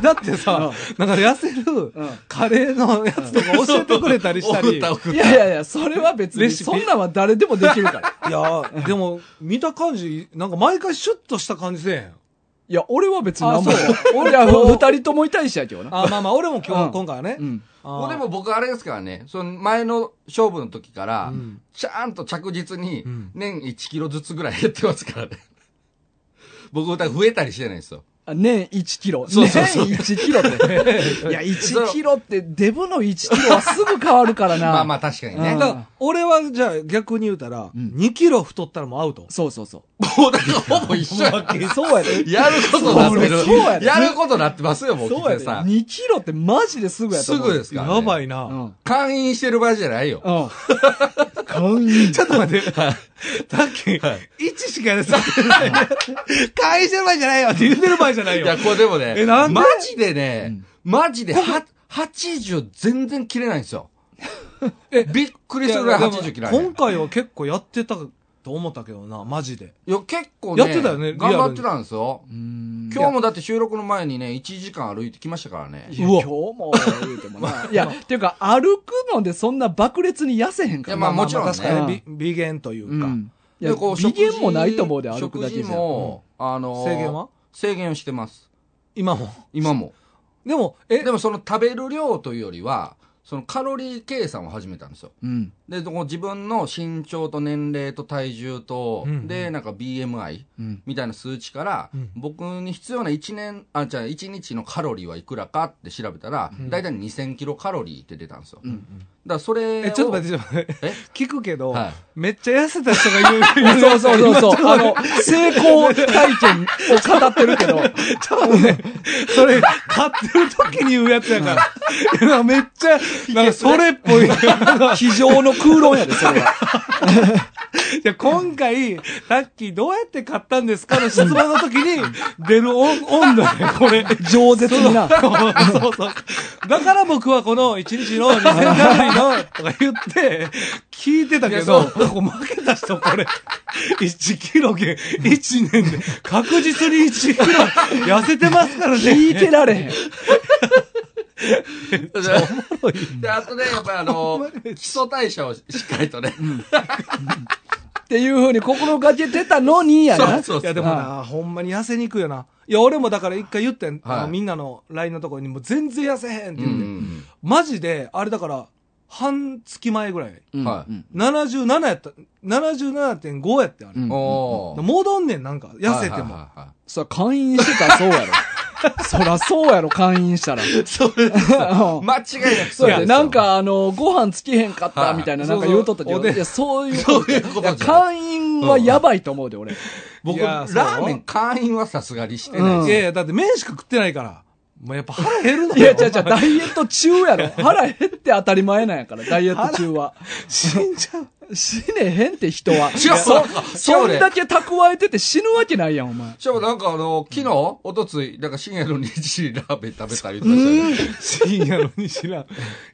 S3: だってさ、なんか痩せる
S1: うん
S3: カレーのやつとか教えてくれたりした り。い
S2: 送っ
S1: いやいやいや、それは別
S3: レ
S1: に、
S3: シピ
S1: そんなんは誰でもできるから。
S3: やー、でも見た感じ、なんか毎回シュッとした感じせえへん。
S1: いや、俺は別に何も
S3: あそう。
S1: 俺は二人ともいたいしやけどな。
S3: あ、ま あまあ、俺も今
S1: う
S3: 日、
S1: ん
S3: 今回はね
S1: う。ん。
S3: あ
S2: こ
S3: ー
S2: れも僕あれですからね、その前の勝負の時から、
S3: うん
S2: ちゃんと着実に
S3: うん
S2: 年1キロずつぐらい減ってますからね。 僕歌増えたりしてないんですよ。
S1: あ年1キロ。
S2: そうそうそう
S1: 年1キロ って。いや、1キロって、デブの1キロはすぐ変わるからな。
S2: まあまあ確かにね
S1: う
S3: だ
S1: ん。
S3: から、俺はじゃあ逆に言うたら、
S1: ん
S3: 2キロ太ったらもうアウト。
S1: そうそうそう。
S2: もうだからほぼ一緒や。
S1: そうや で。
S2: やることなって
S1: そうや
S2: る。
S1: ね
S2: やることなってますよ、もう。
S1: そうやで。
S2: 吉瀬さん
S1: 2キロってマジですぐやと
S2: す
S1: 思う。
S2: ぐですから、
S3: や
S2: ね。
S3: ば
S2: い。
S3: いな。
S1: うん。
S2: 会員してる場合じゃないよ。
S1: うん。勘い
S3: ちょっと待 って。タッキー、
S2: はい
S3: 1しかやらされてない。 会してる場合じゃないよって言ってる場合じゃない
S2: い
S3: よ。
S2: や、これでもね、
S3: えなんで
S2: マジでね、マジで、は、80全然切れないんですよ。
S3: え
S2: びっくりするぐらい
S3: いやでも
S2: 80切らない。
S3: 今回は結構やってたと思ったけどな、マジで。
S2: いや、結構ね。
S3: やってたよねリアルに
S2: 頑張ってたんですよ。
S1: うん。
S2: 今日もだって収録の前にね、1時間歩いてきましたからね。
S1: い
S2: い
S1: や、
S3: う
S1: 今
S3: わ
S1: 日も言うてもな。 いや、っていうか、歩くのでそんな爆裂に痩せへんから。
S2: やまあもちろんね
S3: 確かにね、美美減というか。
S1: うん。いや、
S2: でこう
S1: 微
S2: 食
S1: 減
S2: 事
S1: もないと思うで、歩くだけ
S2: 食
S1: じ
S2: 事
S1: ゃ。
S2: も、あのー
S3: 制限は
S2: 制限をしてます。
S3: 今も。
S2: 今も。
S3: でも、え
S2: で、もその食べる量というよりは、そのカロリー計算を始めたんですよ。
S1: うん。
S2: で、こう自分の身長と年齢と体重と、
S3: うんうん
S2: で、なんか BMI
S1: うん。
S2: みたいな数値から、
S3: うん
S2: 僕に必要な1年、あ、じゃあ1日のカロリーはいくらかって調べたら、
S3: ん
S2: だいたい2000キロカロリーって出たんですよ。
S1: うん
S2: だからそれを。
S3: え、ちょっと待って、ちょっと待って。
S2: え
S3: 聞くけど、
S2: はい
S3: めっちゃ痩せた人が言う。
S1: そうそうそうそう。あの、成功体験を語ってるけど。
S3: ちょっとね、それ、買ってる時に言うやつやから。いやめっちゃ、なんかそれっぽい。
S1: 非常の空論やで、それ は。
S3: じゃ今回、タッキーどうやって買ったんですかの質問の時に、出る温温度ね、これ。
S1: 饒舌にな。
S3: そうそう。だから僕はこの1日の2000カロリーの、とか言って、聞いてたけ
S2: いやそ
S3: ど、
S2: う
S3: こう負けた人これ、1キロ減、1年で、確実に1キロ痩せてますからね。
S1: 聞いてられへん。
S2: で、あとね、やっぱりあ の、基礎代謝をしっかりとね。
S1: っていうふうに心がけてたのにやな。
S2: そうそう
S3: い
S2: そ
S3: や
S2: う。
S3: でもな、ほんまに痩せにくいよな。いや、俺もだから一回言ってん、
S2: はい
S3: あのみんなの LINE のところにもう全然痩せへんって言
S2: う
S3: って。
S2: ん
S3: マジで、あれだから、半月前ぐらい。
S1: うん
S2: はい
S1: うん
S3: 77やった、77.5やってあれ。
S1: うん
S2: おー
S3: 戻んねん、なんか、痩せても。
S2: はいはいはいは
S1: そら、会員してたらそうや ろ。そら、そうやろ、会員したら。
S2: い そうです
S1: うん
S2: 間違いなく
S1: そう
S2: です
S1: や
S2: よ
S1: ね。なん、か、あの、ご飯つきへんかっ
S2: は
S1: た
S2: い
S1: みたいな、
S3: そ
S1: な
S3: うんそう
S1: か言うとったけ
S3: おで
S1: ど、
S3: ん
S1: いや、そういう
S2: そ
S1: こ。
S2: ういうことと
S1: い
S2: じゃな
S1: や、
S2: い
S1: 会員はやばいと思うで、俺。
S2: 僕、
S3: いや
S2: ラ
S3: そう
S2: ーメン会員はさすがにしてない
S1: うん
S2: で
S3: いやいや、だって麺しか食ってないから。もうやっぱ腹減るの
S1: いや、ちゃちゃ、ダイエット中やろ。腹減って当たり前なんやから、ダイエット中は。
S3: 死んじゃう。
S1: 死ねへんって人は。
S2: 違う
S1: そ
S2: なんか
S1: そんだけ蓄えてて死ぬわけないやん、お前。
S2: しかもなんかあの、昨日、おとつい、なんか深夜の2時ラーメン食べたりとかしたね
S3: 深夜の西ら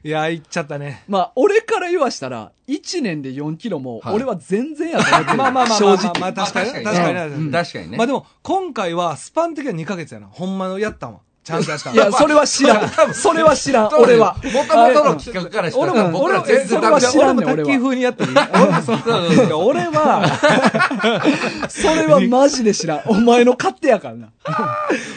S3: いや、行っちゃったね。
S1: まあ、俺から言わしたら、1年で4キロも、
S2: はい
S1: 俺は全然やと思ってる。
S3: まあまあまあまあまあ
S1: 正
S3: ま
S1: 直。
S3: あ確かに
S2: まあ
S3: 確かに
S2: ねうん確かにね。
S3: まあでも、今回はスパン的には2ヶ月やな。ほんまのやったわ。ちゃんとやったわ
S1: いや、それは知らん。それは知らん、俺は。
S2: もともとの企画からした
S1: 俺
S2: ら、
S1: も
S2: 僕
S1: 俺
S2: ら
S1: も
S2: 全然
S1: それは知らんねん
S3: 俺も卓球風にやってる。
S2: そうそう
S3: いや俺は、
S1: それはマジで知らん。お前の勝手やからな。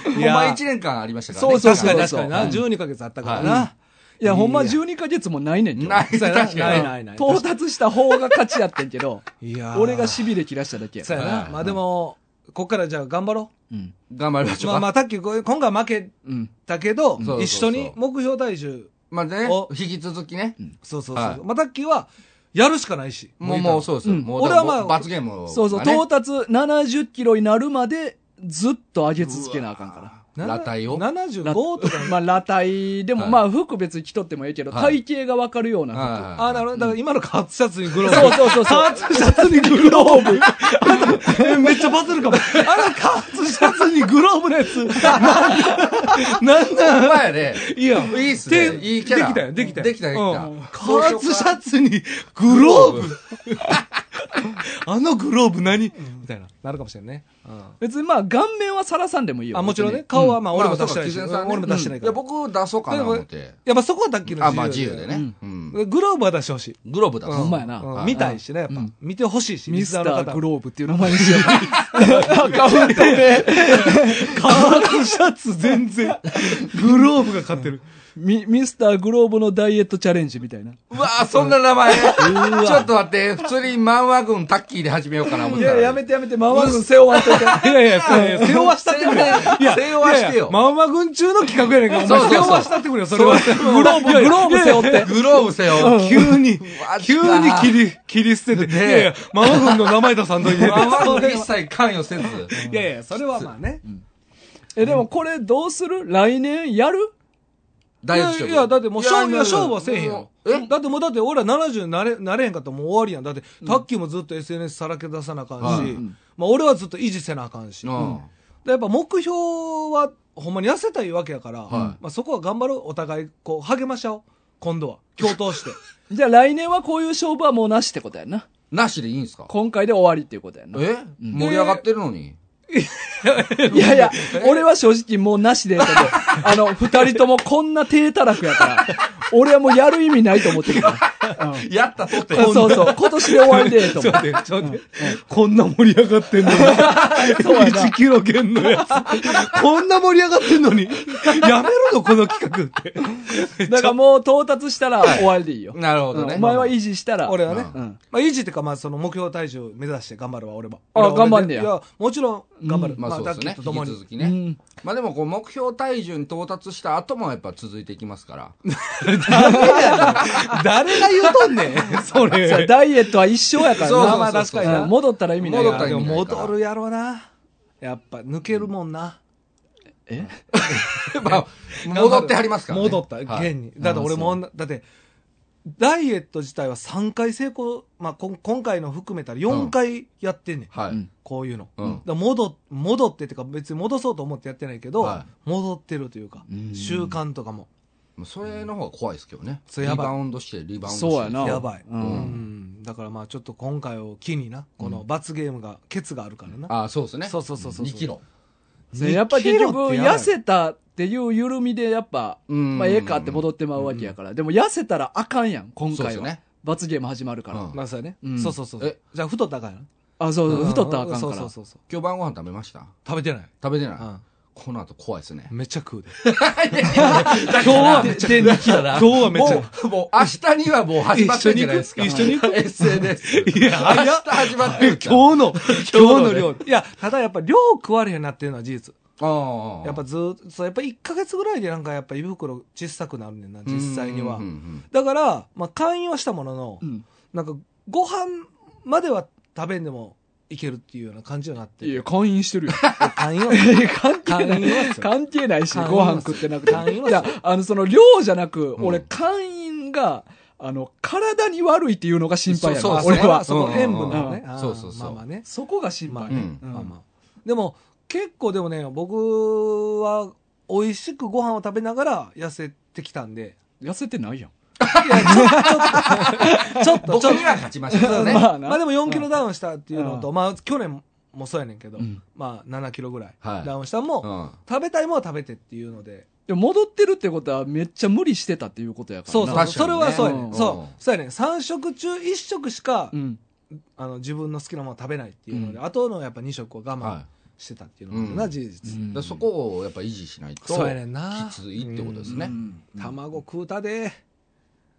S2: ほん
S3: いや
S2: ま1年間ありましたから
S1: そ
S2: ね。
S1: うそう
S3: 確かに確かに
S1: う
S3: な。
S1: ん
S3: 12ヶ月あったから
S2: は
S3: な。
S1: いや、ほんま
S3: いや
S1: 12ヶ月もないねんけど
S2: ない、
S3: そう
S2: 確
S3: やな
S2: かに。
S3: ないない
S1: 到達した方が勝ちやってんけ ど、
S3: いやー
S1: 俺が痺れ切らしただけや。
S3: そうや
S2: はいは
S3: な。
S2: い
S3: まあでも、こっからじゃあ頑張ろ
S1: うん。
S2: 頑張りま
S3: う。
S2: しょ
S3: まあ
S2: う
S3: ま
S2: か。
S3: あ、卓球、今回負け
S1: うん。
S3: たけど
S2: そうそうそ、う
S3: 一緒に目標体重、
S2: まあね
S3: お、
S2: 引き続きね。
S3: そうそう
S2: はい
S3: そう。まあ卓球は、やるしかないし。
S2: もう、もうそうですよ。
S1: うん
S2: もう、
S3: 俺はまあ
S2: もう罰ゲームを。
S1: そうそう、到達70キロになるまでずっと上げ続けなあかんから。
S3: な
S2: 裸体を。
S3: 75
S1: ラ
S3: とか。
S1: まあ、裸体でも、
S2: はい
S1: まあ、服別に着とってもええけど、
S2: はい
S1: 体型がわかるような服。
S2: あ
S3: あ、なるほど。だから今のカーツシャツにグローブ。
S1: そうそうそうそう。シャツにグローブ。
S3: え めっちゃバズるかも。あのカーツシャツにグローブのやつ。なんだ
S2: ほんまやね。
S3: いいやん
S2: いいっすね。
S3: で
S2: いいキャラ。
S3: できたよ、できたよ。
S2: できた、できた
S3: うん。カーツシャツにグローブ。 あのグローブ何みたいな。なるかもしれんね。うん
S1: 別にまあ、顔面はさらさんでもいいよ。
S3: あ、もちろん
S1: 別
S3: ね
S1: に。
S3: 顔はまあ俺も出して
S2: ま
S3: な
S2: あ
S3: いし。
S2: そうか
S3: 俺も出してない
S2: い
S3: から。
S2: や、僕出そうかな思って。
S3: やっぱそこは卓球の
S2: あ、まあ自由で
S3: ね。
S2: ね。うん。
S3: グローブは出してほしい。
S2: グローブだ。
S1: ほんまやな
S3: う
S2: はい
S3: 見たいしね、やっぱ。
S1: うん
S3: 見てほしいし、
S1: ミスターグ
S3: ロ
S1: ローブっていう名前にしよう。アカウントで。
S3: シャツ全然、グローブが勝ってる。
S1: ミミスターグローブのダイエットチャレンジみたいな。
S2: うわぁ、そんな名前。ちょっと待って、普通に漫画軍タッキーで始めようかな思っ
S1: い
S2: たら。
S1: や、やめてやめて、ママ軍背負わんといて。
S3: いやいや、そういや背負わしたってくれ。いや、
S2: 背負わし
S3: い
S2: てよ
S3: やいやまんま軍中の企画やねんから、お
S2: そ
S3: 前
S2: うそう
S3: 背
S2: そう
S3: 負わしたってくれよ、それは。グ
S1: ローブグローブ背負って
S2: グローブせよ。
S3: 急に
S2: わ、
S3: 急に切り、切り捨てて。い
S2: ねえ
S3: やいや、ママ軍の名前出さんと いて。
S2: 漫画軍一切関与せず。
S3: いやいや、それはまあね。
S1: え、でもこれどうする来年やる
S2: 大丈夫。
S3: いやいや、だってもう勝負、いや勝負はせえへんよ
S2: よ。。え
S3: だってもうだって俺ら70になれ、なれへんかったらもう終わりやん。だって、卓球もずっと SNS さらけ出さなあかんし、
S2: う
S3: まあ俺はずっと維持せなあかんし。
S2: うん。
S3: でやっぱ目標はほんまに痩せたいわけやから、
S2: い
S3: まあ、そこは頑張ろうお互いこう励まし合おう今度は共闘して
S1: じゃあ来年はこういう勝負はもうなしってことやな。
S2: なしでいいんすか
S1: 今回で終わりっていうことやな。
S2: え盛り上がってるのに。
S1: いやいや、俺は正直もうなしでええと思う、あの、二人ともこんな低たらくやから、俺はもうやる意味ないと思ってるから。うん
S2: やったとって
S1: そうそう、今年で終わりでええと
S3: ち
S1: 思
S3: ょ
S1: う
S3: っ。と待ってちょっと待ってこんな盛り上がってんのに1キロ減のやつこんな盛り上がってんのにやめろよこの企画って
S1: だからもう到達したら終わりでいいよ。
S2: なるほ
S1: う
S2: ど
S1: ん
S2: ね。
S1: お前は維持したら。
S3: 俺はね、
S2: うん
S3: まあ、維持っていうか、まあ、その目標体重目指して頑張るわ俺は
S1: あ
S3: 俺は俺で
S1: 頑張んねや
S3: いやもちろん頑張る、
S1: う
S2: まあそうですね。
S3: とと
S2: 引
S3: も
S2: き
S3: に
S2: 続き
S1: う
S2: ね。
S1: ん
S2: まあでもこう目標体重に到達した後もやっぱ続いていきますから。
S3: 誰が言うとんねんそれ
S1: さあダイエットは一生やから
S2: そうそうそ
S1: な。
S2: うそう
S1: まあまあ確かにな
S2: うん
S1: 戻ったら意味ない
S2: 戻った
S1: から
S2: ら。意味ないから
S3: でも戻るやろうな。やっぱ抜けるもんな。
S1: え
S2: まあ、戻ってはりますからね。
S3: 戻った、
S2: はい
S3: 現に。だって俺も、だって、ダイエット自体は3回成功、まあ、こん今回の含めたら4回やってんねん。
S2: は
S1: う
S2: い
S1: ん。
S3: こういうの。
S2: うん
S3: だから戻、戻ってっていうか別に戻そうと思ってやってないけど、
S2: は
S3: 戻ってるというか
S1: うん、
S3: 習慣とかも。
S2: もうそれの方が怖いですけどね。
S3: そう
S2: リ
S3: やばい
S2: バウンドして、リバウンドして。
S1: そうやな。
S3: やばい
S1: うん
S3: う
S2: うん
S3: ん。だからまあちょっと今回を機にな、この罰ゲームが、ケツがあるからな。
S2: ああ、そうですね。
S3: そうそうそうそう
S2: 2キロ。
S1: そうやっぱ結局、
S3: 2キロってやばい
S1: 痩せたっていう緩みで、やっぱ、
S2: うん
S1: まあ、ええかって戻ってまうわけやから。でも、痩せたらあかんやん、今
S2: そうで
S1: 回
S2: す
S1: は。
S2: ね
S1: 罰ゲーム始まるから。
S2: うん
S3: まあそうやね、
S1: うん
S3: そうそうそうそう
S2: え。
S3: じゃあ太ったらあかんやな。
S1: あ、そうそう、
S3: うん
S1: 太ったらあかんか
S3: そう
S1: ら。
S3: そうそうそう。
S2: 今日晩ご飯食べました
S3: 食べてない。
S2: 食べてない、
S3: うん
S2: この後怖いですね。
S3: めっちゃ食 うで。
S2: 今日
S3: は
S2: め
S3: っちゃ食う。今日 はめっちゃ
S2: もう、もう明日にはもう始まってるじゃないですか。
S3: 一緒に行
S2: く ?SNS。
S3: いや
S2: 明
S3: 早
S2: 日
S3: っ
S2: 始まってるから。
S3: 今日の、今
S2: 今
S3: 日
S2: 日
S3: の
S2: の
S3: 量。いや、ただやっぱ量食われへんなっていうのは事実。
S2: ああ
S3: やっぱずーっと、そう、やっぱ1ヶ月ぐらいでなんかやっぱ胃袋小さくなるねんな、実際には
S2: うんうんう。ん
S3: だから、まあ、会員はしたものの
S1: う、ん
S3: なんかご飯までは食べんでも、いけるっていうような感じになって
S1: い
S3: る。
S1: や、会員してるよ。
S3: 会員は、
S1: 関係な。
S3: 会員はいですよ
S1: 関係ないし、
S3: 会員
S1: ご
S3: は
S1: 飯食ってなくて。
S3: 会員はい
S1: や、あの、その、量じゃなく、
S2: ん
S1: 俺、会員が、あの、体に悪いっていうのが心配や
S2: そう
S1: な、
S2: そう
S1: 俺は。
S3: そこ塩分なのね
S2: う。ん
S3: あー
S2: そうそうそう
S3: まあまあね。
S1: そこが心
S3: まあ
S1: 配
S3: ね、
S1: ね。
S2: うん
S3: まあまあ。でも、結構でもね、僕は、美味しくご飯を食べながら痩せてきたんで、
S1: 痩せてないやん。
S3: ちょっと、
S2: 僕
S3: ちょっ
S2: には勝ちましたから ね。
S1: まあ
S3: と、
S1: な
S3: まあでも4キロダウンしたっていうのと、
S1: う
S3: まあ去年もそうやねんけど、
S1: うん
S3: まあ7キロぐらい
S2: はい
S3: ダウンしたのも、
S2: うん
S3: 食べたいものは食べてっていうので、
S1: でも戻ってるってことは、めっちゃ無理してたっていうことやからな。
S3: そうそう、
S2: 確かにね
S3: それはそうやね、。
S1: うんん
S2: うん
S3: そう、そうやねん。3食中1食しか、
S1: うん。
S3: あの自分の好きなものを食べないっていうので、
S1: う
S3: あとのやっぱ2食を我慢
S2: は
S3: してたっていうのが
S2: うん
S3: 事実。
S2: い。だからそこをやっぱ維持しないと、
S3: そうやねんな
S2: きついってことですね。
S1: うん
S3: 卵食うたで、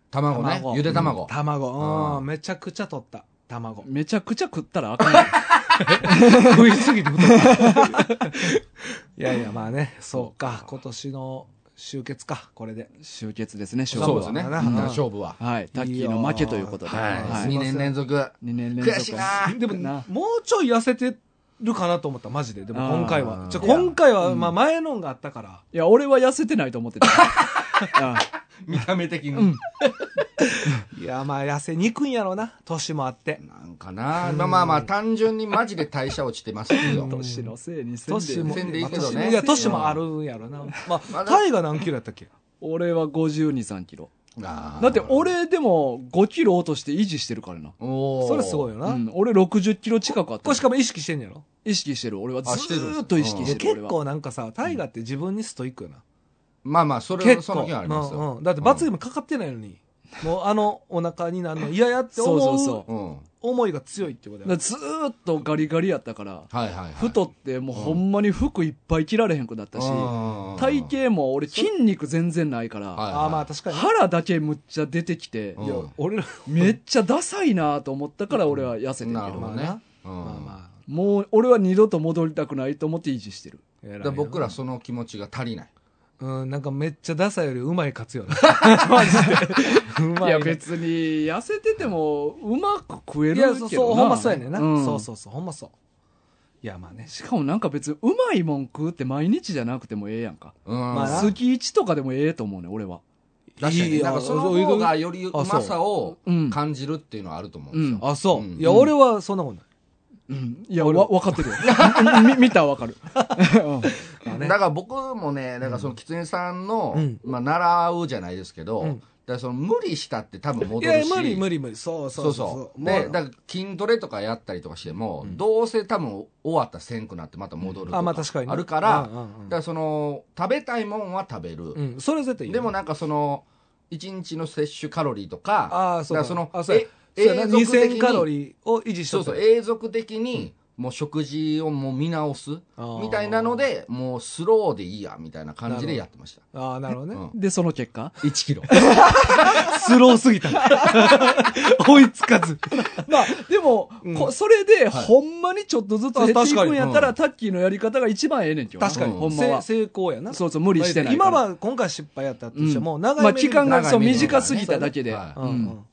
S2: 卵ね。
S3: 卵
S2: ゆで卵。
S3: 卵、う、
S2: うん
S3: めちゃくちゃ取った。卵。
S1: めちゃくちゃ食ったらあか んやん。
S3: 食いすぎて太った。 いやいや、まあね、そうか、今年の集結か、これで。
S1: 終結ですね、勝負
S2: そ
S1: は
S2: うですね。
S3: う
S2: うんん勝負は。
S1: はい。タッキーの負けということで。
S3: いいよー
S2: は。
S1: はいい
S2: 2年連続。
S1: 二年連続。
S2: 悔しいな
S3: でも、
S1: な
S3: もうちょい痩せてるかなと思った、マジで。でも
S1: あー
S3: 今回は。ちょ
S2: いや
S3: 今回は、まあ前のんがあったから。
S1: いや、俺は痩せてないと思って た。あ
S2: 見た目的に。
S3: いや、まあ痩せにくいんやろうな、年もあって。
S2: なんかな。まあまあまあ、単純にマジで代謝落ちてますけど。
S1: 年のせいにせん
S3: 年
S1: で
S3: も、
S2: せんでいいけどね
S3: まあいや、年もあるんやろな。まあ、
S2: まだ
S3: タイが何キロやったっけ
S1: 俺は52、3キロ。
S2: だ
S1: だって、俺でも5キロ落として維持してるからな。
S2: おー
S3: それすごいよ
S1: う
S3: な。
S1: ん、俺60キロ近かっ
S3: こ
S1: た
S3: れし。かも意識してんやろ
S1: 意識してる。俺はず
S2: あしてる
S1: ーっと意識
S2: うん
S3: い
S1: し
S3: や
S1: てる。
S3: 結
S1: 俺は
S3: 構なんかさ、タイガって自分にストイックよな。
S2: まあまあ、それ
S3: 結構。
S2: はその気はあります
S3: うん
S2: よ
S3: う。んだって罰ゲームかかってないのに、もうあのお腹になるの嫌やって思う
S1: そうそうそう
S2: うん。
S3: 思いが強いってこ
S1: だ
S3: と
S1: から
S3: や。
S1: ずーっとガリガリやったから、
S2: はいはいはい。
S1: 太ってもうほんまに服いっぱい着られへんくなったし、
S2: うん
S1: 体型も俺筋肉全然ないから、
S2: はい
S3: ああ、まあ確かにね。
S1: 腹だけむっちゃ出てきて、
S2: うん
S3: いや俺ら、
S1: めっちゃダサいなと思ったから俺は痩せてるけ
S2: なる
S1: ど
S2: ほど
S3: まあな
S2: ね。うん
S3: まあま
S1: もう俺は二度と戻りたくないと思って維持してる
S3: あ。偉い
S2: だ
S3: な
S2: から僕らその気持ちが足りない。
S3: うん、なんかめっちゃダサいよりうまい勝つよ ね。マジで。うまい。
S1: いや別に痩せててもうまく食える
S3: い
S1: けど
S3: や、
S1: な
S3: そう、そうほんまそうやねんな。
S1: うん
S3: そうそうそう、ほんまそう。いや、まあね。
S1: しかもなんか別にうまいもん食うって毎日じゃなくてもええやんか
S2: うん。
S3: あな
S1: 好き一とかでもええと思うね俺は
S2: 確か
S3: いい
S2: に。
S3: よ
S2: なんかその方がよりう
S3: あ
S2: ま
S3: そう
S2: さを
S1: うん
S2: 感じるっていうのはあると思う
S1: うんん
S2: ですよ。
S3: あ、そう。
S2: うん
S3: いや、俺はそんなことない。
S1: うんいやわ分かってるようんみ見たら分かる
S3: まあ
S2: だ
S3: ね
S2: から僕もね、だからその狐さんの
S3: うん、
S2: まあ習うじゃないですけ
S3: う
S2: ど、だ
S3: ん
S2: からその無理したって多
S3: い
S2: 分戻
S3: や
S2: るし。
S3: 無理無理無理そうそ
S2: そうう
S3: そう
S2: そう。
S3: も
S2: で、だから筋トレとかやったりとかしても、どうせ多分終わったらせんくなってまた戻る
S3: あまあ
S2: と
S3: 確か
S2: か
S3: にね
S2: あるから、
S3: うんうんうん
S2: だからその、食べたいもんは食べる。
S3: うん、それ絶対いい
S2: でもなんかその、1日の摂取カロリーとか、
S3: ああそう
S2: だ
S3: だ
S2: からその、
S3: あそうや
S2: え
S3: そうやな
S2: 永続的に
S3: 2000カロリーを維持し
S2: そ
S3: と
S2: う
S3: った
S2: そう、
S3: ら
S2: 永続的に、もう食事をもう見直す
S3: ああ
S2: みたいなので、もうスローでいいや、みたいな感じでやってました。
S3: ああなるほどね、
S2: うん
S1: でその結果
S2: 1キロ。
S3: スローすぎ た 追いつか ず
S1: まあでも、
S3: うん
S1: こそれでほんまにちょっとずつ減っていくんやったら、
S2: あ
S1: タッキーのやり方が一番ええねんけどな
S3: 確かに、
S2: うん
S1: ほんまは
S3: せ成功やな
S1: そうそう無理してないから
S3: 今は今回失敗やったとしても、
S1: うん
S3: 長い
S1: ま
S3: 目に
S1: あ、期間が
S2: 長い
S1: そう
S2: 目に
S1: 短すぎただけで、
S2: はい
S3: うんう
S1: うん
S3: ん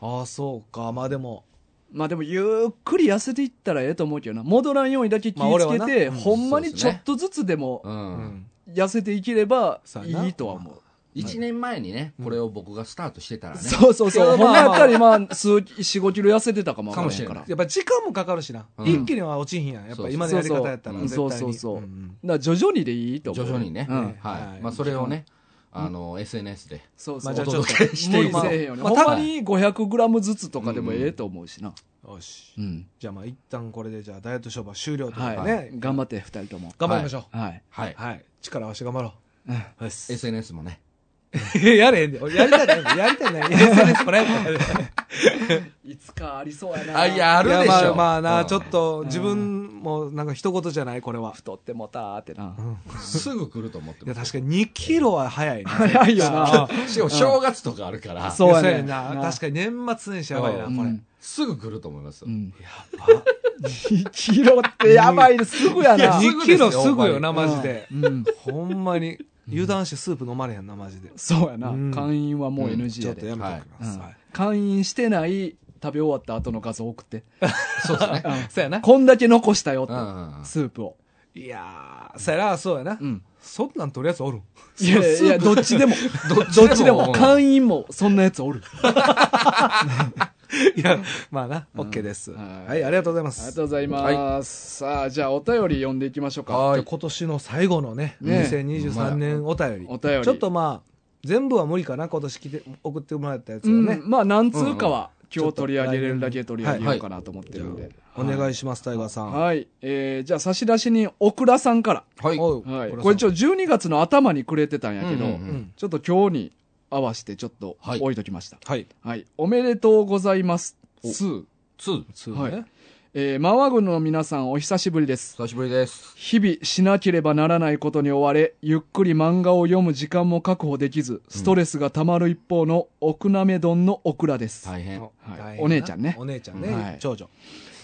S3: ああそうかまあでも
S1: まあでもゆっくり痩せていったらええと思うけどな戻らんようにだけ気
S3: まあ
S1: ぃ
S3: 俺
S1: つ
S3: は
S1: け
S3: な
S1: て、
S3: うん
S1: ほんまにち
S2: そ
S1: ょ
S2: うですね
S1: っとずつでも
S2: うん
S1: 痩せていければ
S3: そうやない
S1: いとは思う、
S2: 1年前にね、これを僕がスタートしてたらね。
S1: そうそう
S3: い
S1: そ
S3: や
S1: うほんま
S3: まあ
S1: や
S3: まあ
S1: ったらまあ数45キロ痩せてたかもわ
S2: かもしれん
S1: から
S2: な
S1: だ
S2: い
S1: か
S3: やっぱ時間もかかるしな、
S2: うん
S3: 一気には落ちひんやんやっぱ今のやり方やったら
S1: そう
S3: 絶
S1: そ
S3: 対
S1: う
S3: に
S1: そうそうそうんら徐々にでいいと思
S2: 徐
S1: う
S2: 々にね。
S1: うん
S2: はい。
S3: はい
S2: まあ、それをね、あの、SNS で。
S1: そう
S3: ま
S1: そ
S3: あ
S1: う
S3: じゃあ
S2: お
S3: ちょっと
S2: 届けして
S1: 無
S2: い
S1: 理
S2: こう
S1: せえへんよね、
S3: まあ
S1: ほんまに500グラムずつとかでもええと思うしな、
S3: よし
S1: うん
S3: じゃあまあ一旦これでじゃあダイエット商売終了というこ
S1: はい
S3: とでね、
S1: 頑張って2人とも
S3: 頑張りましょう、
S1: はい
S2: はい。
S3: はい。力を合わせて頑張ろう。よし
S2: SNS もね。
S3: やれへんで。俺やりたいない。やりたいない。SNS もね。
S1: いつかありそうやな
S2: あ、いや、あるで
S3: いや
S2: し
S3: ま
S2: ょ。
S3: あまあな、
S2: うん
S3: ちょっと自分もなんか一言じゃない、これは。
S1: 太ってもたーってな、
S2: すぐ来ると思って
S3: いや、
S2: ます。
S3: 確かに2キロは早いな。
S1: 早いよな
S2: しかも正月とかあるから、
S1: そうやね
S3: いな。
S1: な
S3: 確かに年末年始やばいな、
S2: う
S3: これ。
S2: すぐ来ると思いますよ。
S1: 2キロってやばいね。すぐや
S3: いや、
S1: な。
S3: 2キロすぐよな、
S1: ほんま
S3: マ
S1: に
S3: ジで。
S1: うん。
S3: ほんまに。油断してスープ飲まれへんな、マジで。
S1: そうやな
S3: うん。
S1: 会員はもう
S2: うん
S1: NG
S3: ちょ
S1: や
S3: っと
S1: で
S3: や。めてくだ
S1: うん
S3: さい。
S1: 会員してない食べ終わった後の画像送って。
S2: そうですね。
S3: そうやな。
S1: こんだけ残したよって
S2: うんうんうん
S1: スープを。
S3: いやー、そうやな、そうやな。
S1: うん。
S3: そんなん取るやつおるん
S1: いやいや、どっちでも。
S2: どっ
S1: どっちでも、
S2: うん
S1: 会員もそんなやつおる。
S3: いや、まあな、OK です。
S1: はい
S3: はい、ありがとうござい
S1: あり
S3: ま
S1: が
S3: す
S1: と。うございます。さあ、じゃあお便り読んでいきましょうか。
S2: は
S3: じゃあ
S2: い。
S3: 今年の最後のね、
S1: ね
S3: 2023年お便り。
S1: お便り
S3: ちょっとまあ、全部は無理かな、今年来て、送ってもらったやつをね
S1: う。ん、まあ何通かは今日取り上げれるだけ取り上げようかなと思ってるんで、
S3: お願いします、タイガーさん。
S1: はい、えーじゃあ差出人オクラさんか
S2: はい。
S3: おう
S1: ら、はい、
S3: これさ
S1: これ一応12月の頭にくれてたんやけど、
S2: うんうんうん
S1: ちょっと今日に合わせてちょっと
S2: はい
S1: 置いときました
S3: はい。
S1: はい、おめでとうございます
S2: お
S1: す
S2: ツー
S3: そう
S1: はい
S3: ね。
S1: えー、マワ軍の皆さんお久しぶりです
S2: 久しぶりです。
S1: 日々しなければならないことに追われゆっくり漫画を読む時間も確保できずストレスがたまる一方の奥なめ丼のオクラです、
S2: 大変。
S1: はい
S3: 大変な
S1: お姉ちゃんね
S3: お姉ちゃん
S1: はい
S3: ね。長女。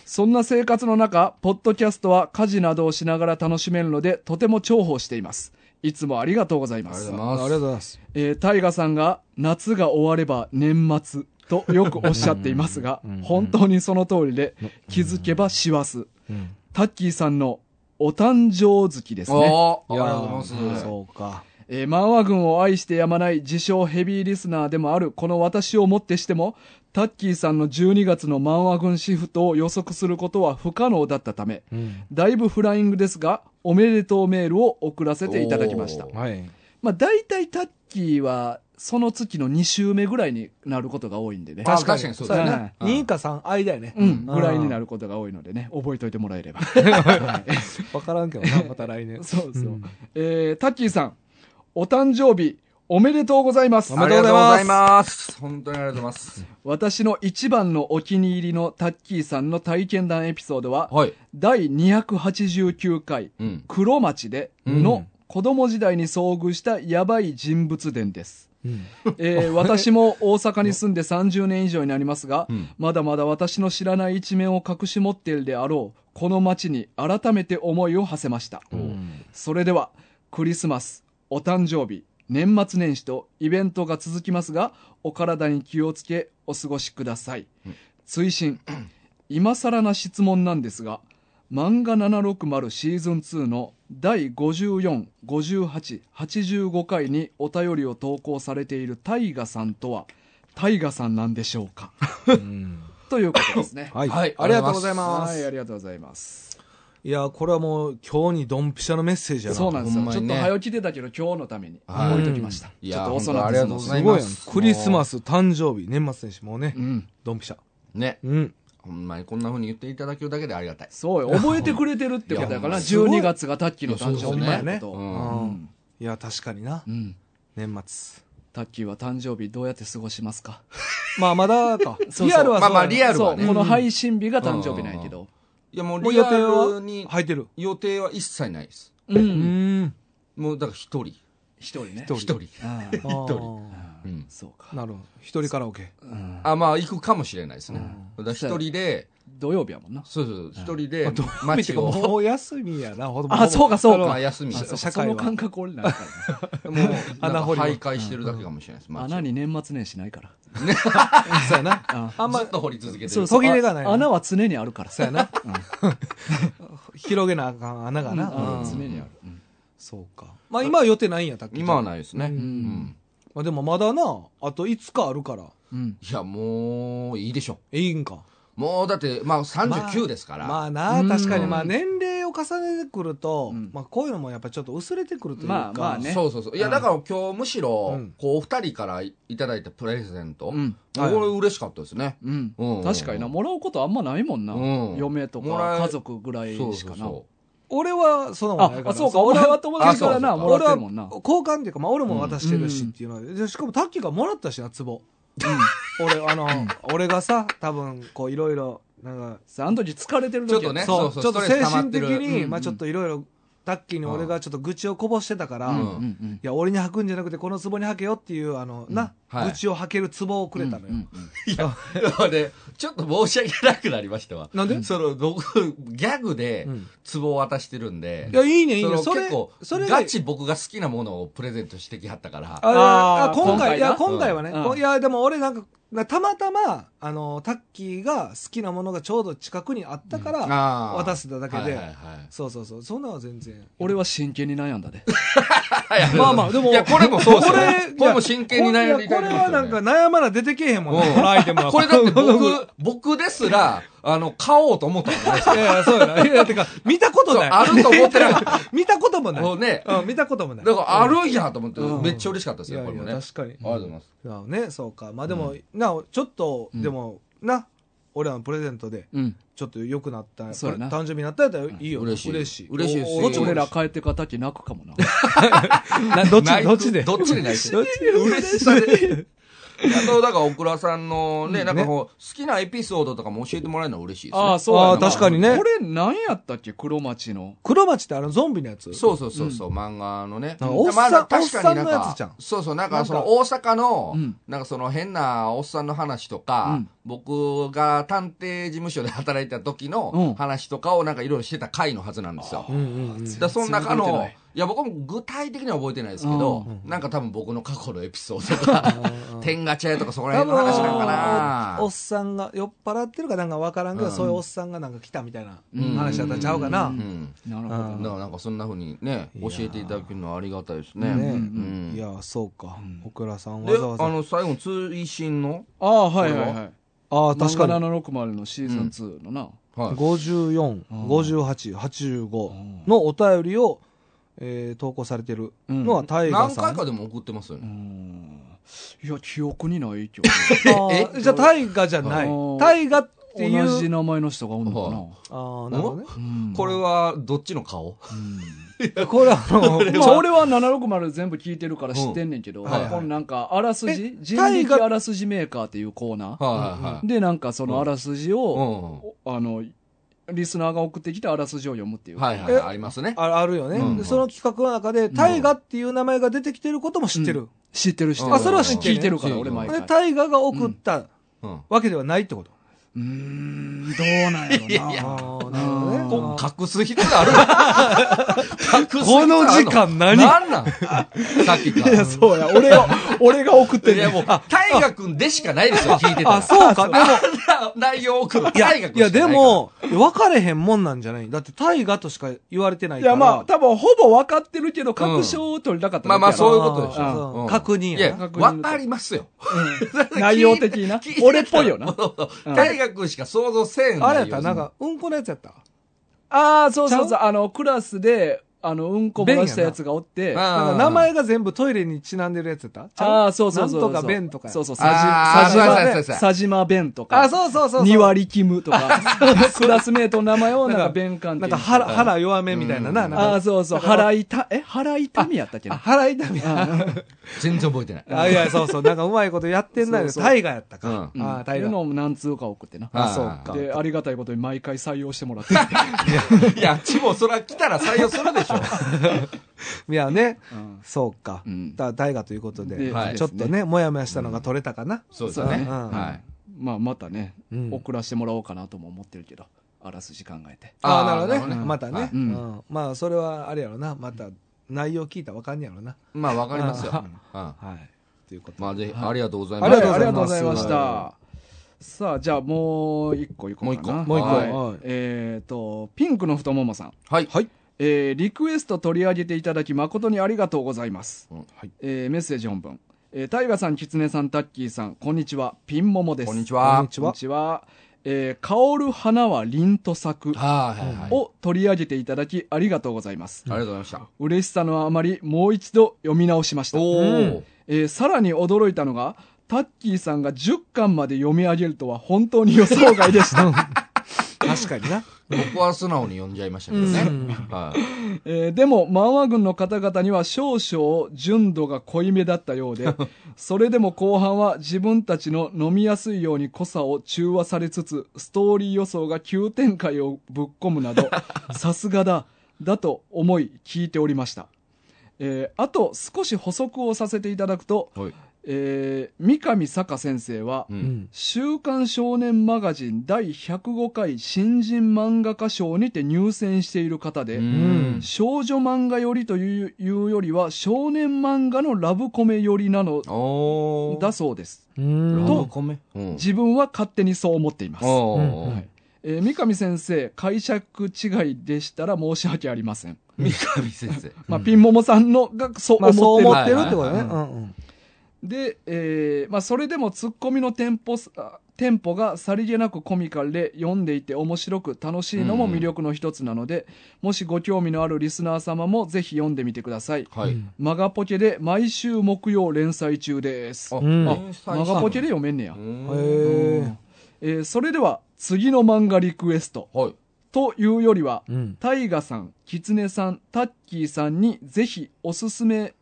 S1: そんな生活の中、ポッドキャストは家事などをしながら楽しめるので、とても重宝しています。いつもありがとうございま
S2: あり
S1: す
S2: がとうござい。
S3: ありがとうございます。
S1: えー、タイガさんが、夏が終われば年末とよくおっしゃっていますが
S2: うんうん、
S1: 本当にその通りで、気づけば師走。
S3: うん
S1: タッキーさんのお誕生月ですね。
S2: おーあ
S3: い
S2: り
S3: やー
S2: がとうございます。
S3: そうか。
S1: えー、マンワ軍を愛してやまない自称ヘビーリスナーでもあるこの私をもってしても、タッキーさんの12月のマンワ軍シフトを予測することは不可能だったため、だいぶフライングですが、おめでとうメールを送らせていただきました
S2: お。ー
S3: はい。
S1: まあ、大体タッキーは、その月の2週目ぐらいになることが多いんでね。
S2: あ確かにそうだ
S3: や
S2: ね
S3: な
S2: うん
S3: 二位か3位だよね。
S1: うん、ぐらいになることが多いのでね、覚えといてもらえれ ば。
S3: わからんけどな、また来年。
S1: そうそう。えー、タッキーさん、お誕生日、おめでとうございます。
S2: ありがとうございます。本当にありがとうございます。
S1: 私の一番のお気に入りのタッキーさんの体験談エピソードは、
S2: はい。
S1: 第289回、
S2: うん。
S1: 黒町での子供時代に遭遇したヤバい人物伝です。
S3: うん
S1: えー私も大阪に住んで30年以上になりますが、
S2: うん
S1: まだまだ私の知らない一面を隠し持っているであろう、この街に改めて思いを馳せました。それでは、クリスマス、お誕生日、年末年始とイベントが続きますが、お体に気をつけお過ごしください。追伸、今更な質問なんですが、漫画760シーズン2の第54、58、85回にお便りを投稿されているタイガさんとは、タイガさんなんでしょうか ということですね。
S3: はい。
S2: はい
S3: ありがとうございま
S1: はい、
S3: す。
S1: ありがとうございます。
S3: いや、これはもう今日にドンピシャのメッセージやな。
S1: そうなんです
S2: ほん
S1: よ。
S2: ま
S1: ちょ
S2: に
S1: っ
S2: ね
S1: と早起きてたけど、今日のために
S2: はい
S1: 置いときました。
S2: い
S1: ちょっ
S2: や、
S1: と遅
S2: 本
S1: なっ
S2: 当あ
S1: て
S2: り
S1: す
S2: が
S1: い
S2: とう
S1: ま
S2: ご
S1: せん
S3: すごいやん。
S2: ざいます。
S3: クリスマス、誕生日、年末年始、もうね
S1: う、ん。
S3: ドンピシャ。
S2: ね。
S3: うん。
S2: ほんまにこんな風に言っていただけるだけでありがたい。
S1: そうよ。覚えてくれてるってことやから、
S3: いやすごい
S1: 12月がタッキーの誕生日
S3: いやそう
S1: ね。
S3: ほ
S2: んま
S1: う
S2: や
S1: ん
S3: いや、確かにな
S1: う。ん。
S3: 年末。
S1: タッキーは誕生日どうやって過ごしますか
S3: まあ、まだか。
S1: そうそう
S3: リアルは
S2: ま
S3: そ
S2: あ
S3: う。
S2: まあ、リアル
S1: そ
S2: は
S1: う、
S2: ね。
S1: この配信日が誕生日なんやけど。
S2: いや、も
S3: も
S2: う
S3: う
S2: リ
S3: 予
S2: ア
S3: 定
S2: ル
S3: は
S2: に、
S3: 入ってる。
S2: 予定は一切ないです。
S1: う。
S3: うんん。
S2: もう、だから一人。
S1: 一人ね。
S2: 一人。
S1: あ
S3: あ
S1: あ
S3: ー
S2: うん
S1: そうか。
S3: なるほど。一人カラオケ。
S1: うん
S2: あ、まあ、行くかもしれないですね。だから一人で、
S1: 土曜日やもんな。
S2: そうそう、一人で
S3: どう、見て
S2: 街
S3: も
S2: を、
S3: もう休みやな、ほぼ
S1: あ、そうか、そう
S2: まあ、
S1: か。
S2: 休みして、
S3: あ
S2: も
S3: 社
S1: そ
S3: 会は
S1: の感覚俺 ないからね。
S2: う、なん
S3: 穴
S2: か
S3: 掘りの
S2: 徘徊してるだけかもしれないです。街を
S1: 穴に年末年始ないから。
S3: そうやな。
S1: あ
S3: あんま
S2: ずっ、と掘り続けて
S1: そう
S2: る。
S1: そう。
S3: 途切れがない
S1: あ穴は常にあるから。
S3: そうや な。広げなあかん穴がな。
S1: う
S3: うん
S1: 常
S3: ん
S1: にある。うん
S3: そうか。まあ今は予定ないんや、たっき。
S2: 今はいないですね。う
S1: うん
S2: ん。
S3: まあでもまだな、あと5日あるから、
S1: うん。
S2: いや、もう、いいでしょ。
S3: いいんか。
S2: もう、だって、まあ、39ですから。
S3: まあ
S1: う、
S3: なん確かにまあ年齢を重ねてくると
S1: うん、
S3: まあこういうのもやっぱちょっと薄れてくるというか。
S1: まあまあね
S2: そうそうそう。いや、だから今日むしろ、
S3: うん
S2: こう、二人からいただいたプレゼント、
S1: うん
S2: これ嬉しかったですね。
S1: うん
S2: うん
S1: 確かにな、もらうことあんまないもんな。
S2: うん
S1: 嫁と
S2: もら
S1: か
S2: え
S1: 家族ぐらい
S2: そう
S1: し
S2: そ
S1: か
S2: う
S1: な。
S2: そ
S3: 俺はそのもんない
S1: あ
S3: か、ら
S1: あそうか、俺は友達からな、
S2: あそう
S1: も
S2: そう
S1: らってるもんな。
S3: 俺は交換っていうか、まあ、俺も渡してるしっていうので,、でしかもタッキーがもらったしな壺、 俺あの、俺がさ多分こういろいろなんか
S1: さあ、あの時疲れてる時
S2: ちょっとね
S3: そう
S2: そ
S3: ち
S2: うそ
S3: ょっ
S2: う
S3: と
S2: ストレ
S3: 精
S2: ス溜まっ
S3: 神
S2: て
S3: 的
S2: る
S3: に、
S1: うん
S3: まあ、ちょっといろいろタッキーに俺がちょっと愚痴をこぼしてたから、
S2: う
S1: うん
S2: ん
S1: うんうん
S3: いや俺に履くんじゃなくてこの壺に履けよっていうあの、な、
S2: はい
S3: 愚痴を履ける壺をくれたのよ、
S1: うんうんうん
S2: う。で、ちょっと申し訳なくなりましたわ。
S3: なんで
S2: その、僕、ギャグで
S3: うん、
S2: 壺を渡してるんで
S3: い、や、いいね、いいね。
S2: そ
S3: そ
S2: の
S3: れ
S2: 結構、、
S3: それで
S2: ガチ僕が好きなものをプレゼントしてきはったから、
S3: あ
S1: あー
S3: あ今
S1: 今回な
S3: 回、いや、今回はね、
S1: うん
S3: こいや、でも俺なんか、なたまたま、あの、タッキーが好きなものがちょうど近くにあったから、
S2: あー
S3: 渡せただけで、
S2: はいはいはい
S3: そうそうそう、そんなのは全然。
S1: 俺は真剣に悩んだで。
S3: まあまあでも
S2: いや、これもそうですよ
S3: これ
S2: ね。これも真剣に悩み
S3: これこれ
S2: たいですよね
S3: はなんか悩まな出てけえへんもん
S2: う
S3: ね、
S2: ん
S3: このアイテムは。
S2: これだって
S3: い
S2: 僕、僕ですら、あの、買おうと思ったことないですよ。
S3: やいや、そうやな。いや、てか、見たこと
S2: そう
S3: ない。
S2: あると思ってなかっ
S3: 見たことも
S2: た。
S3: ない。
S2: もうね。
S3: うん、見たこともない。
S2: だから、あるんやと思って、
S3: うん
S2: めっちゃ嬉しかったですよ、これもね。あり
S3: 確かに。
S2: がとうございます。
S3: あね、そうか。まあでも、な、ちょっと、でも、な、俺らのプレゼントで、
S1: うん。
S3: ちょっと良くなった。
S1: そうやな
S3: 誕生日になったやったらいいよ。
S2: うん嬉しい
S3: 嬉しい。
S2: 嬉しいです
S3: お
S2: こ
S3: お
S2: っちも
S1: 俺ら帰ってたき泣くかもな。
S3: などっち
S2: 泣 い
S3: どっちで
S2: どっちで泣いて
S3: どっ
S2: る
S3: ち
S2: 嬉しさで。あと、だから、オクラさんのね、
S3: うん
S2: なんかこう、好きなエピソードとかも教えてもらえるのは嬉しいですね。
S1: ああ、そうやな
S3: あー確かにね
S1: これ何やったっけ黒町の。
S3: 黒町ってあのゾンビのやつ
S2: そうそうそうそう、漫画のね。
S3: なんかおっさん
S2: まあ確かに
S3: おっ
S2: な
S3: さんのやつじゃん
S2: そうそう、なんかそ
S3: な
S2: の
S3: んか
S2: 大阪の、
S1: うん
S2: なんかその変なおっさんの話とか、
S1: うん
S2: 僕が探偵事務所で働いてた時
S1: うん
S2: の話とかをなんかいろいろしてた回のはずなんですよ。
S3: うんうんうん。
S2: だその中
S1: 全然覚えて
S2: の
S1: ない、
S2: いや僕も具体的には覚えてないですけど、なんか多分僕の過去のエピソードと
S3: あ
S2: か、
S3: ー
S2: 天ガチャやとかそこら
S3: 多
S2: 辺
S3: 分
S2: の話なんかな
S3: おっさんが酔っ払ってるかなんか分からんけど、
S2: うん
S3: そういうおっさんがなんか来たみたいな
S2: うん
S3: 話だったんちゃうかな、
S2: うん。
S1: なるほど
S2: だ
S1: な。
S2: からなんかそんな風にね、
S3: い
S2: 教
S3: や
S2: えていただけるのはありがたいです
S3: ね
S2: ね。
S1: うん
S2: うん
S3: いやそうか、
S1: ん
S3: 小倉さん
S2: で、
S3: わ
S2: あ
S3: ざわざ
S2: の、最後、追伸の、
S1: ああ、はいはい
S2: こ
S1: はい。
S3: ああ確かに
S1: 760のシーズン2のな。
S2: はい。
S1: うん
S3: 545885のお便りを、えー投稿されてるのはタイガー
S2: 何
S3: さ
S2: 回
S3: ん、
S2: かでも送ってますよ
S1: う
S2: ね。
S1: ん。いや、記憶にないけどな。
S3: あーじゃあタイガじゃない
S1: うん
S3: タイガっていう
S1: 同じ名前の人がおんのかな
S2: は。
S3: あーなるほどね
S1: うん
S2: これは、どっちの顔
S3: これあの
S1: まあ、俺は760全部聞いてるから知ってんねんけど、
S2: うんはいはい
S1: このなんか、あらすじ
S3: え
S1: 人
S3: 大
S1: 力
S3: 河
S1: あらすじメーカーっていうコーナー。
S2: はいはいはい。
S1: で、なんかそのあらすじ
S2: う
S1: を、
S2: ん。
S1: おあの、リスナーが送ってきたあらすじを読むっていう。
S2: はいはい
S3: え
S2: はい、ありますね。
S3: ああるよね、
S2: うん
S3: でその企画の中で、タイガっていう名前が出てきてることも知ってる。
S1: 知ってる人。
S2: あそれは知ってる
S1: 聞いてるから、俺毎
S3: で、
S1: 回。
S3: タイガが送った
S2: うん。
S3: わけではないってこと。
S1: うーん、どうなんやろな。
S3: あー
S1: うん
S3: なるほどね。
S2: 隠す必要あるの隠す必要あ
S3: こ
S2: る
S3: の時間何
S2: なんなんさっきか
S1: いや、
S2: ら。
S1: そうや。俺が、俺が送って
S2: い
S1: る。
S2: やもう、大河君でしかないですよ、聞いてたら。
S3: あ、そうか。でも、
S2: あんな内容を送
S3: い
S2: る
S3: や、
S2: 大河
S3: い
S2: 君
S3: や
S2: しかない
S3: で
S2: から。
S3: も、分かれへんもんなんじゃないだってタイガとしか言われてない
S1: い
S3: から。
S1: や、まあ、多分ほぼ分かってるけど、確証を取りたかっただけや
S2: まあまあそういう
S1: ろ
S2: ことでしょ
S3: あー
S2: うん
S3: そう確認
S2: い
S3: や
S2: や、
S3: な。
S1: 確認
S2: 分かりますよ。
S1: うん内容的にな
S2: 聞いて。た
S1: 俺っぽいよな。うん
S2: 大河君しか想像せん。
S3: あれやったなんか、うんこのやつやった。
S1: ああ、そうそうそう。あの、クラスで、あの、うんこ漏らしたやつがおって、
S2: 便やな
S3: なんか名前が全部トイレにちなんでるやつやったちゃ
S1: ああ、そうそうそうそう。
S3: なんとか弁とかや。
S1: そうそう、
S2: あ
S1: さ
S2: ー
S1: じ、
S2: そうそうそ
S1: さ
S2: うそう
S1: じま、さじま弁とか。
S3: あ、そうそうそうそう。
S1: 2割キム とか。クラスメートの名前をなん
S3: な
S1: か
S3: んか
S1: 弁関係
S3: な
S1: に
S3: んか腹、
S2: うん
S3: 腹弱めみたいなな。
S2: うん
S3: なん
S1: あ
S3: か
S1: あ、そうそう。腹痛、え腹痛みやったっけ
S3: あ、
S1: な。
S3: 腹痛みや。
S2: 全然覚えてない。
S3: あ、いや、そうそう。なんかうまいことやってんない
S1: そう
S3: よ。
S1: そう
S3: タイガやった
S2: う
S3: か
S2: ん。
S1: うん
S3: ああ、
S1: って
S3: タイ
S1: いう
S3: ガ。
S1: のを何通か送ってな。
S2: あ
S3: あ、そうか。
S1: で、ありがたいことに毎回採用してもら って。
S2: いや、ちもそら来たら採用するでしょ。
S3: いやね、
S1: うん
S3: そうか
S1: う。ん
S3: だから大河ということで
S1: で、
S2: はい
S3: ちょっとね、もやもやしたのが取れたかな。
S2: そうですよね。
S1: そう
S3: ね
S2: はい。
S1: まあ、またね
S3: うん、
S1: 送らせてもらおうかなとも思ってるけど、あらすじ考えて。
S3: ああ、
S2: ー
S3: なるほどね。
S2: うん
S3: また
S2: は
S3: ね
S2: い。
S1: うん
S3: うんまあ、それはあれやろな。また、内容聞いたらわかんねやろな。
S2: まあ、わかりますよ。
S3: う
S2: うんんま
S3: はい。ということで。
S2: あ、ぜひ、ありがとうござい
S1: あ
S2: ま
S1: り
S2: す。
S1: がとうござい
S3: ま
S1: ますす。さあ、じゃあもう一個いこうかな。
S2: もう一個
S1: はい
S3: う一
S2: も
S3: 個はい
S1: えっ、と、ピンクの太ももさん。
S2: はい。はい。
S1: えーリクエスト取り上げていただき誠にありがとうございます。
S2: うん
S1: えーメッセージ本文。えー、タイガさん、キツネさん、タッキーさん、こんにちは。ピンモモです。
S2: こんにち
S3: こん
S2: は
S3: に。ち
S1: こん
S3: は
S1: に。ちは。えー、香る花は凛と咲く
S2: はいはいはい。
S1: を取り上げていただきありがとうございます。
S2: ありがとうございました。
S1: 嬉しさのあまりもう一度読み直しました。
S2: おー。
S1: えーさらに驚いたのが、タッキーさんが10巻まで読み上げるとは本当に予想外でした。
S3: 確かにな。
S2: 僕は素直に呼んじゃいましたけどね。はい。
S1: えーでも、漫画軍の方々には少々純度が濃いめだったようで、それでも後半は自分たちの飲みやすいように濃さを中和されつつ、ストーリー予想が急展開をぶっ込むなど、さすがだ、だと思い聞いておりました。えーあと少し補足をさせていただくと、
S2: はい。
S1: えー、三上坂先生は、
S2: う。
S3: うんん。
S1: 週刊少年マガジン第105回新人漫画家賞にて入選している方で、
S2: うん
S1: 少女漫画寄りといういうよりは少年漫画のラブコメ寄りなの
S2: おー。
S1: だそうです。
S3: うん
S1: と
S2: ラブコメうん。
S1: 自分は勝手にそう思っています。
S2: お
S3: うん
S2: ー。
S1: えー三上先生、解釈違いでしたら申し訳ありません。
S2: 三上先生。
S1: まあ、
S3: うん
S1: ピンモモさんのがそう
S3: まあ、そう
S1: 思
S3: 思
S1: っ
S3: って
S1: る。
S3: てるってこと
S2: はい
S3: ね。
S2: は
S3: う
S2: い
S3: んうん。
S1: で、えーまあ、それでもツッコミのテンポさ、テンポがさりげなくコミカルで読んでいて面白く楽しいのも魅力の一つなので、もしご興味のあるリスナー様もぜひ読んでみてください。
S2: はい。
S1: マガポケで毎週木曜連載中です。
S2: あ
S3: うん
S2: 連載した
S1: マ
S2: の
S1: ガポケで読めんねや
S2: う。
S3: へ
S2: ん
S1: うんえーそれでは次の漫画リクエスト
S2: はい。
S1: というよりは、
S3: うん。
S1: タイガさん、キツネさん、タッキーさんにぜひおすすめ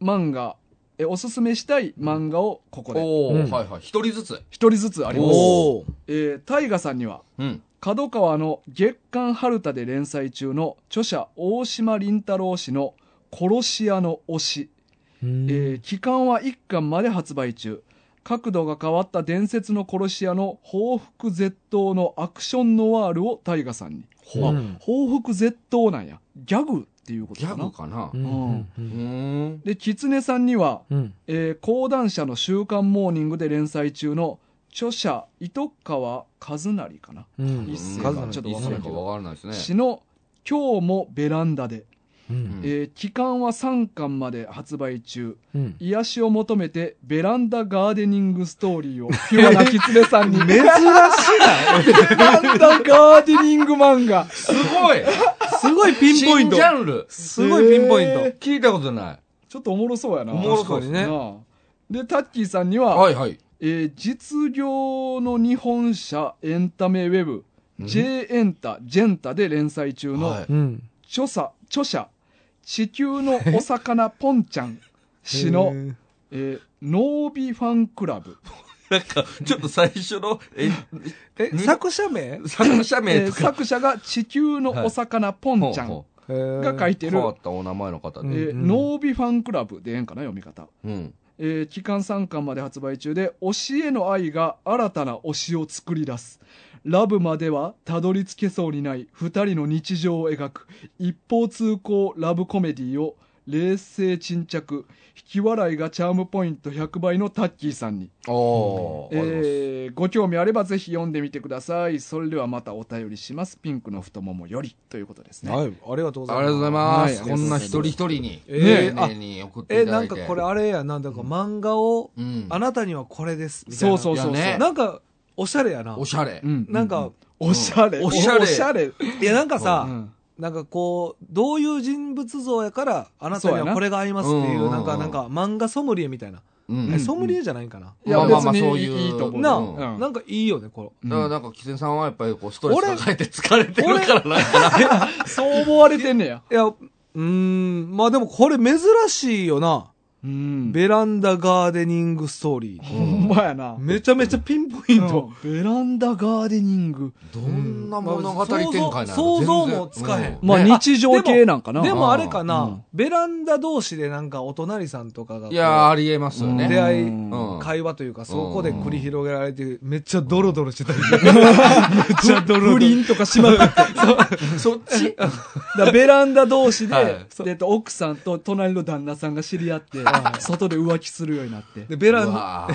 S1: 漫画、えおすすめしたい漫画をここで
S2: おー
S3: うん
S2: はいはい。一人ずつ。
S1: 一人ずつあります。
S2: おー
S1: えータイガさんには、
S2: うん。
S1: 角川の月刊春田で連載中の著者大島林太郎氏の殺し屋の推し、
S3: うん
S1: えー期間は1巻まで発売中。角度が変わった伝説の殺し屋の報復絶倒のアクションノワールをタイガさんに。
S2: ほ
S3: う
S2: うん
S1: 報復絶倒なんや。ギャグっていうこと
S2: ギ
S1: かな
S2: ャグかな
S1: う
S3: う
S1: ん
S3: んう
S2: うんーん。
S1: で、狐さんには、
S3: うん。
S1: えー講談社の週刊モーニングで連載中の著者糸川和成かな、
S3: うん
S1: 一世
S3: 数が
S1: がちょっとわ
S2: 一
S1: かんな
S2: 世か
S1: いけど、
S2: わからないです
S1: 詩
S2: ね。
S1: の今日もベランダで、
S3: うん
S1: えー期間は3巻まで発売中、
S3: うん。
S1: 癒しを求めてベランダガーデニングストーリーを、ピュアな狐さん に、ベランダガーデニング漫画。
S2: すごい
S3: すごいピンポイント
S2: 新ジ。ャンル
S3: すごいピンポイン
S1: え
S3: ト
S1: ー。
S2: 聞いたことない。
S1: ちょっとおもろそうやな。
S2: おもろそう
S3: で
S2: です
S3: ね。
S2: す
S1: なあで、タッキーさんには、
S2: はいはい。
S1: えー実業の日本社エンタメウェブ
S2: うん
S1: J エンタ、ジェンタで連載中の
S2: はい
S3: うん。
S1: 著者、著者、地球のお魚ポンちゃん氏の
S3: へ、ー
S1: えーノービファンクラブ。
S2: なんか、ちょっと最初の、え、
S3: え、
S2: に
S3: 作者名
S2: 作者
S1: え
S2: 名
S1: ー
S2: とか。
S1: 作者が地球のお魚ポンちゃん、
S2: ほ
S1: が
S3: が
S1: 書いうてる
S2: 変わったお名前の方
S1: え
S2: で。
S1: ー
S3: うんうん
S1: ノービファンクラブでええんかな、読み方。
S2: うん。
S1: えー期間3巻まで発売中で推しへの愛が新たな推しを作り出すラブまではたどり着けそうにない2人の日常を描く一方通行ラブコメディを冷静沈着引き笑いがチャームポイント100倍のタッキーさんに、
S2: おー。ありがとうございます
S1: えーご興味あればぜひ読んでみてくださいそれではまたお便りしますピンクの太ももよりということですね
S3: はい、ありがとうございます。
S2: ありがとうございま
S1: は
S2: す。
S1: い
S2: こんな一人一人に、
S3: え
S2: 丁
S3: ー
S2: 寧に送って
S3: え、
S2: いた
S3: な
S2: だ
S3: ん
S2: いて。
S3: かこれあれやな、だから漫画を、
S2: うん。
S3: あなたにはこれです、みたい
S1: そ
S3: な。
S1: うそうそうそう、
S2: いやね
S3: なんか、おしゃれやな
S2: お。しゃれ
S1: う。ん
S3: なんか、
S1: おしゃれ、
S2: おしゃれ
S1: おしゃれ、
S3: いや、なんか
S1: う
S3: さ、
S1: ん
S3: なんかこう、どういう人物像やから、あなた
S1: そ
S3: に
S1: うや
S3: は
S1: な
S3: これが合いますっていうう、
S2: ん
S3: なんか、なんか、漫画ソムリエみたいな。
S2: う
S3: え
S2: ん。
S3: ソムリエじゃないんかな。
S1: いや、
S2: まあまあまあ
S1: 別に
S2: そういう
S1: いいと思う。
S3: なあ
S1: うん
S2: う
S3: なんかいいよね、こ
S2: だからなんか、キセさんはやっぱりこう、ストレス抱えて疲れてるからなんか
S1: そう思われてんねや。
S3: れ。いや、うーん、まあでもこれ珍しいよな。
S1: うん。
S3: ベランダガーデニングストーリ
S1: ほんまやな
S3: ー。。めちゃめちゃピンポイント。
S1: うんベランダガーデニング。
S2: どんな物語展開なの
S3: 想像もつかへん
S2: う
S1: まあ
S2: ね
S1: 日常系なんかな。
S3: でもあれか
S1: う、
S3: なんベランダ同士でなんかお隣さんとかがこう、
S2: いやー、ありえますよ
S1: うん
S3: 出
S2: ね。
S3: 会い
S2: うん
S3: 会話というか、そこで繰り広げられて、めっちゃドロドロしてたり、 めっちゃドロド
S1: 不
S3: ロ。
S1: 倫とかしまくって。
S2: そっち
S1: だベランダ同士で、
S2: はい
S1: でえっと奥さんと隣の旦那さんが知り合って、外で浮気するようになって。
S3: で、ベ
S2: う
S3: ランダ、
S2: わ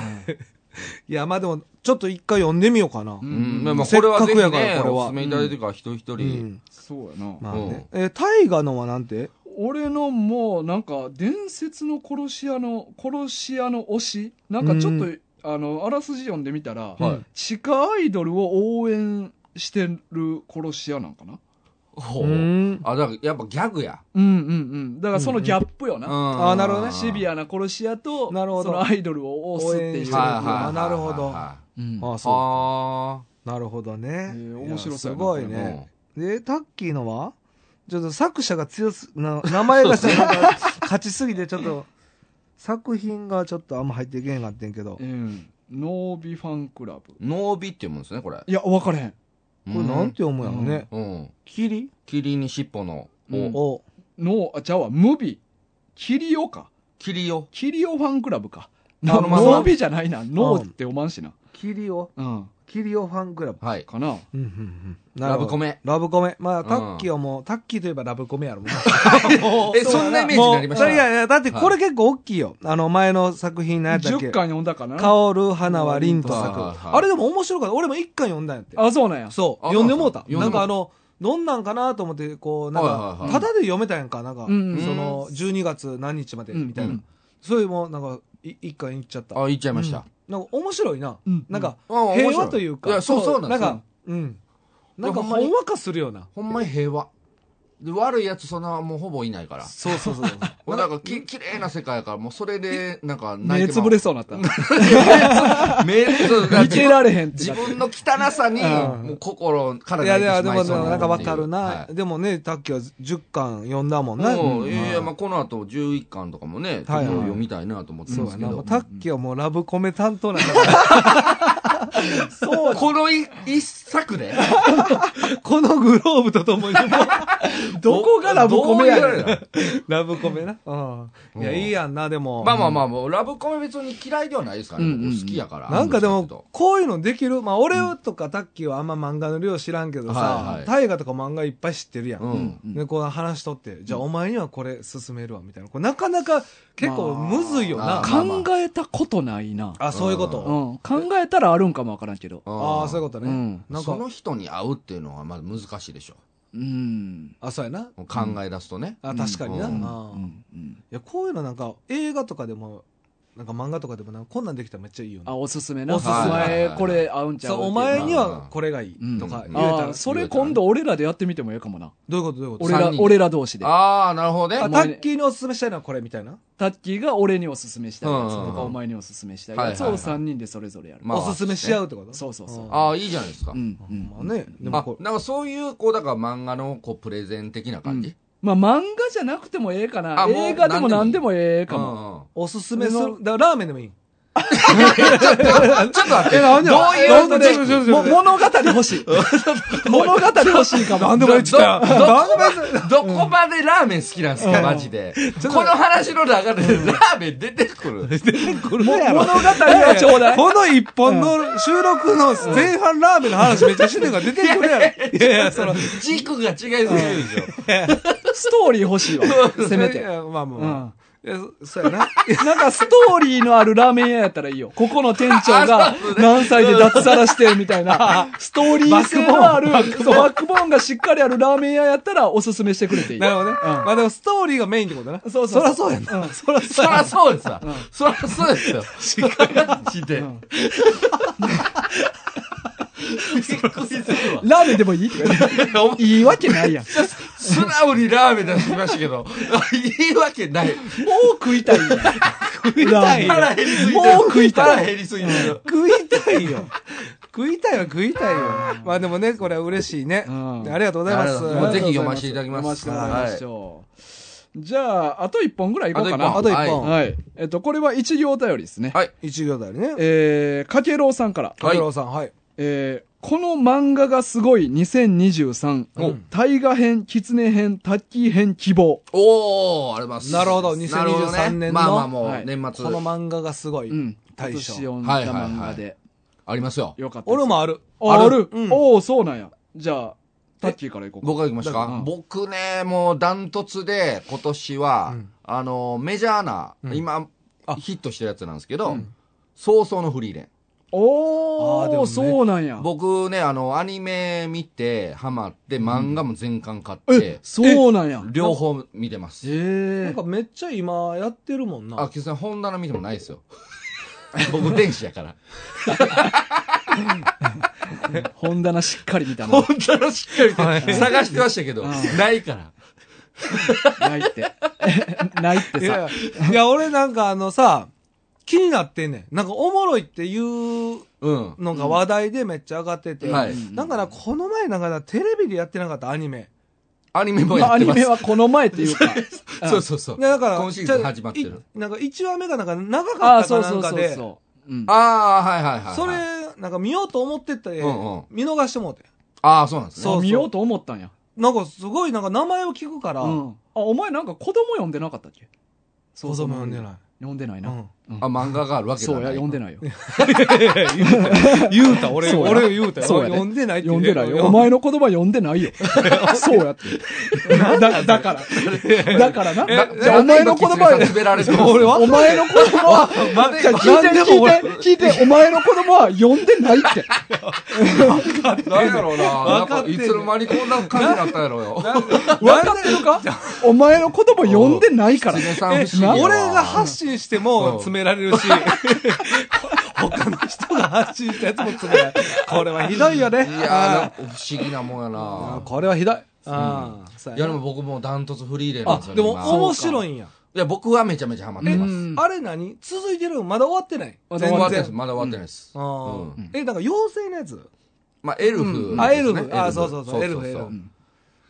S3: いや、まあでも、ちょっと一回読んでみようかな
S1: う
S2: ー。
S1: ん。
S2: うん。まあまあこれはぜひ
S3: せっかくやから
S2: ね、
S3: これは
S2: お勧めいただいてるから、一人一
S3: うん
S2: 人。
S1: そうやな。
S3: まあね。えー、大河のはなんて
S1: 俺のもうなんか伝説の殺し屋の、殺し屋の推し、なんかちょっと、
S3: う
S1: あの、あらすじ読んでみたら、
S3: はい
S1: 地下アイドルを応援してる殺し屋なんかな
S2: ほ
S3: う
S2: う。
S3: ん
S2: あ、だからやっぱギャグや。
S1: うんうんうん。だからそのギャップよな。
S2: あ
S3: あなるほどね
S1: シビ
S2: ア。
S1: アな殺し屋と、
S3: なるほ
S1: そ
S3: ど
S1: のアイドルを推すって
S3: 応援
S1: い
S3: し
S1: う。
S3: てる
S2: はいはいはいはい。
S3: あなるほど
S2: は
S1: うん
S3: あ、
S2: い
S3: そ
S2: は
S3: う。なるほどね。
S1: えー面白そうや
S3: す
S1: な
S3: ごい
S2: ー
S3: ね。
S2: う
S3: で、タッキーのはちょっと作者が強す、 な名前がさ、なんか勝ちすぎて、ちょっと、作品がちょっとあんま入っていけへんかってんけど
S1: う。ん。ノービファンクラブ。
S2: んノービって読むんですね、これ。こ
S1: いや、分からへん。
S3: これなんて読むんやろね。
S2: うん。
S3: キリ
S2: 霧に尻尾の、
S1: うん
S2: お
S3: お
S1: ノー、あ、ちゃうわ、ムビ。キリオか。
S2: 霧よ。
S1: キリオファンクラブか。あ
S2: 野
S1: の
S2: 々村さ
S1: ノー
S2: ん
S1: ビじゃないな。ノーっておまんしな。
S3: キリオ、
S1: うん。
S3: キリオファンクラブ。
S2: はい。
S1: かな。
S3: うんうんうんなる
S2: ラ
S3: ほど
S2: ブコメ。
S3: ラブコメ。まあ、タッキーはもう、タッキーといえばラブコ メやろ、もう
S2: え、そんなイメージになりまし
S3: もういや
S2: た
S3: いや、だってこれ結構大きいよ。あの、前の作品何やったっけ
S1: 10巻読んだかな。
S3: 薫、花は凛と
S2: はいはい
S3: 咲
S2: はい
S3: く。あれでも面白かった。俺も一巻読んだんやって。
S1: あ、そうなんや。
S3: そう。
S2: あ
S3: 読んでもうた。
S2: そう
S3: な
S2: なんんだ
S3: かあの、どんなんかなと思って、こう、なん
S2: はい
S3: か
S2: は、い
S3: た
S2: はい
S3: だで読めたやんか。なんか、そ
S1: うん
S3: の、12月何日まで、みたい
S2: うんう。
S3: なんそういうもう、なんか、い一巻いっちゃった。
S2: あ、言っちゃいました。
S3: なんか面白いな。
S1: うん
S3: なんか、
S2: あ面白
S3: 平和というか。
S2: いや、そうそうな
S3: な
S2: んで
S3: ん
S2: すよ
S3: か。、うん。なん
S2: い
S3: か、
S2: やほん
S3: ほ
S2: まに
S3: んわかするような。
S2: ほんまに平和。で悪いやつそんなもうほぼいないから。
S3: そうそう そうそう。
S2: 俺なんかき、綺麗な世界やから、もうそれで、なんか泣
S1: 目
S2: いて
S1: つ
S2: ま
S1: ぶ
S2: う
S1: れそうなった。見
S2: 目つぶれ。
S1: てられへんって
S2: 自
S1: なって。
S2: 分の汚さに、
S3: うん
S2: もう心から
S3: いや
S2: 泣い
S3: い
S2: て
S3: や、
S2: し
S3: で
S2: まい
S3: も、
S2: そう
S3: なんかわかる
S2: は
S3: な。
S2: い
S3: でもね、タッキーは10巻読んだもんな。
S2: うん
S3: うん
S2: いやいや、まあ、この後11巻とかもね、ちょ
S3: は
S2: っ
S3: い
S2: と
S3: はい
S2: 読みたいなと思って
S3: そ
S2: ま
S3: う
S2: す
S3: や
S2: け
S3: な。も
S2: ど
S3: う。タッキーはもうラブコメ担当なんだから。
S2: そう このい一作で
S3: このグローブとともにも う どこがラブコメやねん。ラブコメな。うん。いや、
S2: うん
S3: いいやんな、でも。
S2: まあまあまあ、もうラブコメ別に嫌いではないですからね。
S1: うんうん
S2: 僕好きやから。
S3: なんかで
S2: どっちか
S3: も、こういうのできるまあ、俺とかタッキーはあんま漫画の量知らんけど
S2: はい
S3: さ
S2: は、い
S3: 大河とか漫画いっぱい知ってるや。
S2: というと。うんん。
S3: で、こう話しとって、じゃあお前にはこれ勧めるわ、みたいな。これなかなか結構
S1: まあ
S3: むずいよな
S2: あ。
S1: 考えたことないな。
S3: あ、そういうこと。
S1: うん。考えたらあるんかもわからんけど。
S3: ああ、そういうこと
S1: う
S3: ね。
S1: ん。
S3: なん
S2: その
S3: か、
S2: 人に会うっていうのはまだ難しいでしょ。
S1: うん。
S3: あ、そうやな。
S2: もう考え出すとね。
S3: あ、確かにな。
S2: う
S3: あ
S2: ん
S1: う
S3: ーい
S1: んうん
S3: や、こういうのなんか、映画とかでも、なんか漫画とかでもなんか、こんなんできたらめっちゃいいよね
S1: あ、。おすすめな。
S3: おすすめ
S1: お前、これ合うんちゃ
S3: そう
S1: う
S3: お前に
S2: まあま
S3: は
S2: あ
S3: これがいいとか
S2: うん
S3: 言えたら、
S1: あーそれ今度俺らでやってみてもいいかもな。
S3: どういうことどういうこと
S1: 俺ら
S2: 三、人
S1: 俺ら同士で。
S2: ああ、なるほどね。
S3: あ
S2: は
S1: お
S2: い
S3: タ
S1: 前
S3: ッキーにおすすめしたいのはこれみたいな、
S1: タッキーが俺におすすめしたいやつ
S2: うんうん
S1: と
S2: うん
S1: か、お前におすすめしたいやつ
S2: はいはい
S1: を
S2: はい
S1: 3人でそれぞれやる。
S2: まあ
S3: おすすめし合うってこと
S1: そうそうそう
S2: ああ、いいじゃないですか。
S1: うんう
S3: うん
S1: ん
S3: まあねでも
S2: あ
S3: こ、う
S2: なんかそういう、こう、だから漫画の、こう、プレゼン的な感じ。
S1: まあ漫画じゃなくてもええかな。
S2: あもう
S1: 映画でも何でもええかも。
S2: も。
S3: おすすめす
S1: そ
S3: る
S1: の
S3: だからラーメンでもいい
S2: あちょっと待って、どう
S3: なんで
S2: いう時期
S1: も物語欲しい。物語欲しいかも。
S3: 何でもいいっつっ
S2: ど
S3: たよ
S2: どこまでラーメン好きなんですか、マジで。この話の中でラーメン出てくる。
S1: 物語はちょうだい。
S3: この一本の収録の前半ラーメンの話めっちゃしてるから出てくるやろいやいやそ の
S2: 軸が違いすぎるでしょ。
S1: ストーリー欲しいわ。せめ
S3: い
S1: て。
S3: やまあま
S1: う
S3: あ
S1: ん。
S3: まあ、いやそそうやな
S1: なんかストーリーのあるラーメン屋やったらいいよ。ここの店長が何歳で脱サラしてみたいな、ストーリー性のある、そうバックボーンがしっかりあるラーメン屋やったらおすすめしてくれていい
S3: なるほ
S1: よ。
S3: どね、まあでもストーリーがメインってことな
S1: そう
S3: そ
S1: そう
S3: らそうやな、そら
S2: そ
S3: そうや
S2: らそうですわ。そらそうですよ。マジで。びっくりするわ。
S1: ラーメンでもいいって言われていいわけないやん。も
S2: 素直にラーメン出してきましたけど、 言い訳ない。
S1: う食いたいやん。食い
S3: たいよ
S2: 腹減りすぎてる。
S1: もう食いたい
S2: 腹減りすぎてる。
S3: 食いたいよ。食いたいは食いたいよ。まあでもね、これは嬉しいね。
S1: うん
S3: ありがとうございます。
S2: もうぜひ読ませていただきま。
S1: 読ますせてもらいまし
S2: はい
S1: ょう。じゃあ、あと1本ぐらいいこうかな。
S3: あと一本
S2: はい
S1: はい。えっと、これは一行頼りですね。
S2: はい。
S3: 一行だよね。
S1: えー、かけろうさんから。
S3: 拓郎さん、はい。
S1: えー、この漫画がすごい2023、
S2: お
S1: 大河編、狐編、タッキー編、希望。
S2: おー、あります。
S3: なるほど
S2: なるほどね
S3: 2023年の
S2: まあまあも、
S1: はいう
S2: 年末
S3: こ、の漫画がすごい。
S1: うん。今
S3: 大
S1: 年
S3: 賞
S1: 読ん
S2: は
S1: だ
S2: いはいはい
S1: 漫画で。
S2: ありますよ。
S1: よかったです。
S3: 俺もある。
S1: あ、ある。
S3: うん
S1: おおそうなんや。じゃあ、タッキーからいこうか。
S2: 僕が行きました
S1: う
S2: か
S1: ん
S2: 僕ね、もうダントツで、今年は、あの、メジャーな、今、ヒットしてるやつなんですけど、早々のフリーレン。
S1: お
S3: あー
S1: ー
S3: でもね
S1: そうなんや。
S2: 僕ね、あの、アニメ見て、ハマって、漫画も全巻買っ
S1: え
S2: て、、
S1: そうなんや。
S2: 両方見てます。
S3: な
S1: え
S3: んかめっちゃ今やってるもん
S2: あ、
S3: な。
S2: 決に本棚見てもないですよ。 僕、電子やから。
S1: え本棚しっかり見たな
S2: 本。棚しっかり見て探してましたけど、
S1: うん
S2: ないから。
S1: ないって。 ないって
S3: い
S1: さ。
S3: や、いや俺なんかあのさ、気になってんねん。なんかおもろいっていう
S2: うん。
S3: のが話題でめっちゃ上がってて。
S2: うんはい
S3: なんかな、この前なんかな、テレビでやってなかったアニメ。
S2: アニメも
S1: まあ、
S2: や
S1: ア
S2: って
S1: ニ
S2: ます。
S1: メはこの前っていうか。うん
S2: そうそうそう。
S3: ねだから、
S2: 今シーズン始まって
S3: じゃ
S2: る。
S3: いなんか1話目がなんか長
S1: あ
S3: か
S1: あ、
S3: ったか
S1: そう
S3: な
S1: そ
S3: ん
S1: う
S3: か
S1: そう
S3: で、
S1: そう。うん。
S2: ああ、はいはいはいはい。
S3: それ、なんか見ようと思ってた絵、
S2: うんうん
S3: 見逃してもうて。
S2: ああ、そうなんですね。
S3: そうそう
S1: 見ようと思ったんや。
S3: なんかすごい、なんか名前を聞くから、
S1: うん。あ、お前なんか子供読んでなかったっけ
S3: そうそう、読んでない。
S1: 読んでないな。
S3: うん
S2: あ、漫画があるわけだ
S1: そうや、読んで
S2: い。
S1: ないよ。
S3: 言うた、俺、
S1: そうや
S3: 俺言うたよ。
S1: そうやね
S3: 読んでないって
S1: 読んでないよ。お
S3: お前、
S1: 前の言葉読んで ないよ。そうやって。だだから。だからな。
S2: な
S1: じゃあお前の言葉
S2: なんで今狐さん滑られ てるんですか
S1: 俺はお前の言葉は、
S3: まだ
S1: じゃあ聞いて、聞いて、聞いて、お前の言葉は読んでないっ て。
S2: なんやろうな。な
S3: わ
S2: ん
S3: かっ
S2: か、
S3: てんね
S2: い
S3: ん
S2: つの間にこんな感じになったんやろうよ。
S1: 分かってるかお前の言葉読んでない から。
S2: 狐さん不思議やわ
S3: 俺が発信して
S2: うん
S3: も詰められるし、 他の人が発信したやつも詰められる。これはひどいよね。
S2: いやー、なんか不思議なもんやな
S3: あ。これはひどい。あーそう
S2: いや、
S3: や
S2: で
S3: な
S2: も僕もダントツフリーレンなんです
S3: あ
S2: よ、
S3: で
S2: ね。
S3: も
S2: 今
S3: 面白いんや。
S2: いや、僕はめちゃめちゃハマって
S1: う
S2: ます。
S1: ん
S3: あれ何続いてるまだ終わってない
S1: まだ
S2: 全然終わってないです。
S3: 全
S2: まだ終わってないです。
S3: あー
S2: うん
S3: え、なんか妖精のやつ
S2: まあ、エルフ、
S3: うんあエルフ
S2: です
S3: あそうそうそうエルフエルフ
S2: だか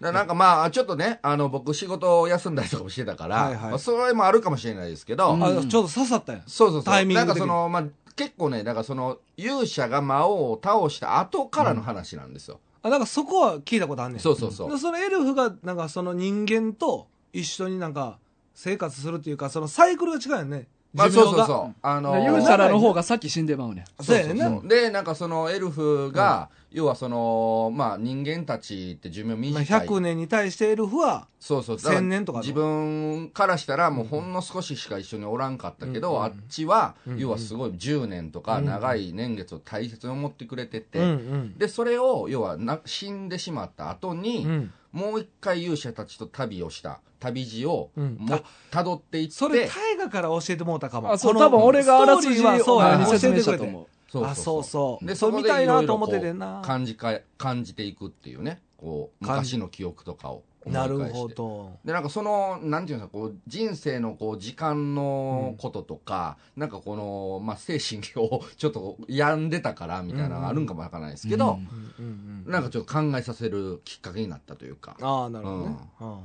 S2: らなんかまあ、ちょっとね、あの、僕仕事を休んだりとかもしてたから、
S3: はいはい
S2: まあ、それもあるかもしれないですけど、
S3: あ、ちょっと刺さったやん。
S2: そうそうそう。
S3: タイミング
S2: なん
S3: 的に
S2: かその、まあ、結構ね、だからその、勇者が魔王を倒した後からの話なんですよ。
S3: あ、なんかそこは聞いたことあんねん。
S2: そうそうそう。
S3: でそのエルフが、なんかその人間と一緒になんか生活するっていうか、そのサイクルが違うよね。
S2: まあ、そうそう
S3: う。
S2: そう。あのー
S1: 勇者らの方がさっき死んでまうねん。
S3: そうやねんな。
S2: で、なんかそのエルフが、要はその、まあ人間たちって寿命
S3: ま
S2: 短
S3: あ、
S2: い。
S3: 100年に対してエルフは、
S2: そうそう。だから
S3: 1000年とかの
S2: 自分からしたらもうほんの少ししか一緒におらんかったけど、
S3: うん
S2: あっちは、
S3: うん
S2: 要はすごい10年とか
S3: うん
S2: 長い年月を大切に思ってくれてて、
S3: ん
S2: で、それを、要はな、死んでしまった後に、
S3: ん、
S2: もう一回勇者たちと旅をした、旅路を、
S3: うん
S2: も、辿っていって、
S3: それ大河から教えてもうたかも
S1: あ、そう、
S3: この
S1: 多分俺があらすじ
S3: ストーリーはそう
S1: を
S3: や
S1: 前に
S3: な
S1: 説明し
S3: 教え
S1: たと
S3: てくれて
S1: 思う。
S2: そうそう
S3: あそうそう
S2: で
S3: そ
S2: そうこ
S3: 見
S2: で
S3: たいないと
S2: ろいろ
S3: 思
S2: こ
S3: っ
S2: う
S3: ててんな
S2: 感じか感じていくっていうねこう
S3: 感じ
S2: 昔の記憶とかを思い
S3: な
S2: 返して
S3: るほど
S2: でなんかそのなんていうんですかこう人生のこう時間のこととか、なんかこの、まあ、精神を ちょっと病んでたからみたいなのがあるんかもわからないですけど、
S3: うんうんうん
S2: なんかちょっと考えさせるきっかけになったというか
S3: ああなるほどね、あ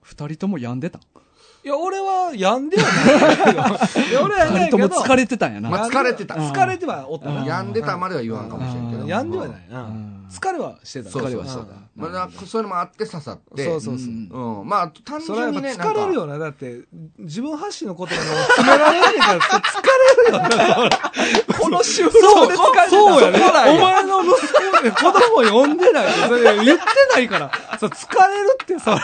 S1: 二人とも病んでた。
S3: ーいや俺はやんでは ないいや俺はやん
S1: 二
S3: ない
S1: 人と
S3: けど
S1: も疲れてたんやな。
S2: まあ疲れてた
S3: 疲れてはおったな
S2: 病んでたまでは言わんかもしれんけど
S1: う
S3: やんではない、うん
S1: ん
S3: 疲れはしてた
S2: そうそう
S1: 疲れはしてた
S2: まあ、なんかそういうのもあって刺さって
S3: そうそうそう、
S1: うん
S2: うん、まあ単
S3: それは
S2: 純
S3: やっ
S2: に
S3: ぱ
S2: ね
S3: 疲れる
S2: なんか
S3: よな。だって、自分発信の言葉の詰められないから、そう疲れるよな。
S1: この収録
S3: そう、
S1: で
S3: そう
S1: 疲れてた。
S3: そうやね。
S1: そこなん
S3: お前の息子で子供呼んでないよ。それ言ってないから。そう、疲れるって、そら。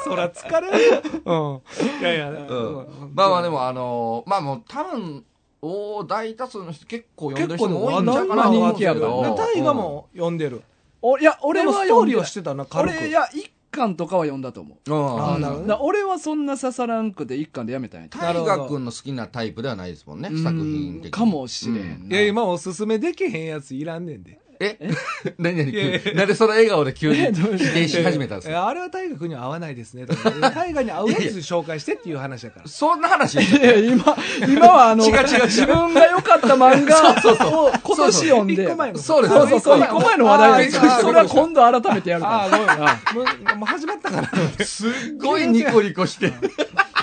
S3: そら疲れるよ。うん。いやいや、
S2: うんまあまあでもあのーまあもう多分お大多数の人結構読んでる人も多いんじゃうかな
S1: 結構ね
S2: と思うん
S1: 人
S2: ですけ
S1: 気や
S2: ど
S1: から
S3: タイガも呼んでる。
S1: おいや、俺
S3: 俺も
S1: は
S3: ストー
S1: 読ん
S3: リ
S1: でな
S3: ーはいしてたな、軽く。
S1: 俺、いや、一巻とかは読んだと思う。
S2: うん
S3: あーなるほどね
S1: だから俺はそんな刺さらんくて一巻でやめたんやけど
S2: 大河君の好きなタイプではないですもんね
S1: うん
S2: 作品的に
S1: かもしれへ
S2: うん
S1: ん
S3: い
S1: な。
S3: や、今おすすめできへんやついらんねんで。
S2: え 何何
S3: いやいや
S2: 急になんでその笑顔で急に否定し始めたんです
S3: い
S2: か
S3: やあれは大河君には合わないですね。とか大河に合うやつ紹介してっていう話だから。
S2: そんな話でし
S1: いや今、今はあの、
S2: 違う違う違う
S1: 自分が良かった漫画を今年読んで、
S3: 一個前の。
S2: そうです
S1: そうそうそう、
S2: 一
S1: 一
S2: 個
S1: 個
S2: 前
S1: 前の話題
S2: あーびっ
S1: で
S2: くりした
S1: それは今度改めてやる
S3: あ
S1: か
S3: あ、ごめん。もうもう始まったから。
S2: たすっごいニコニコ して
S1: ら。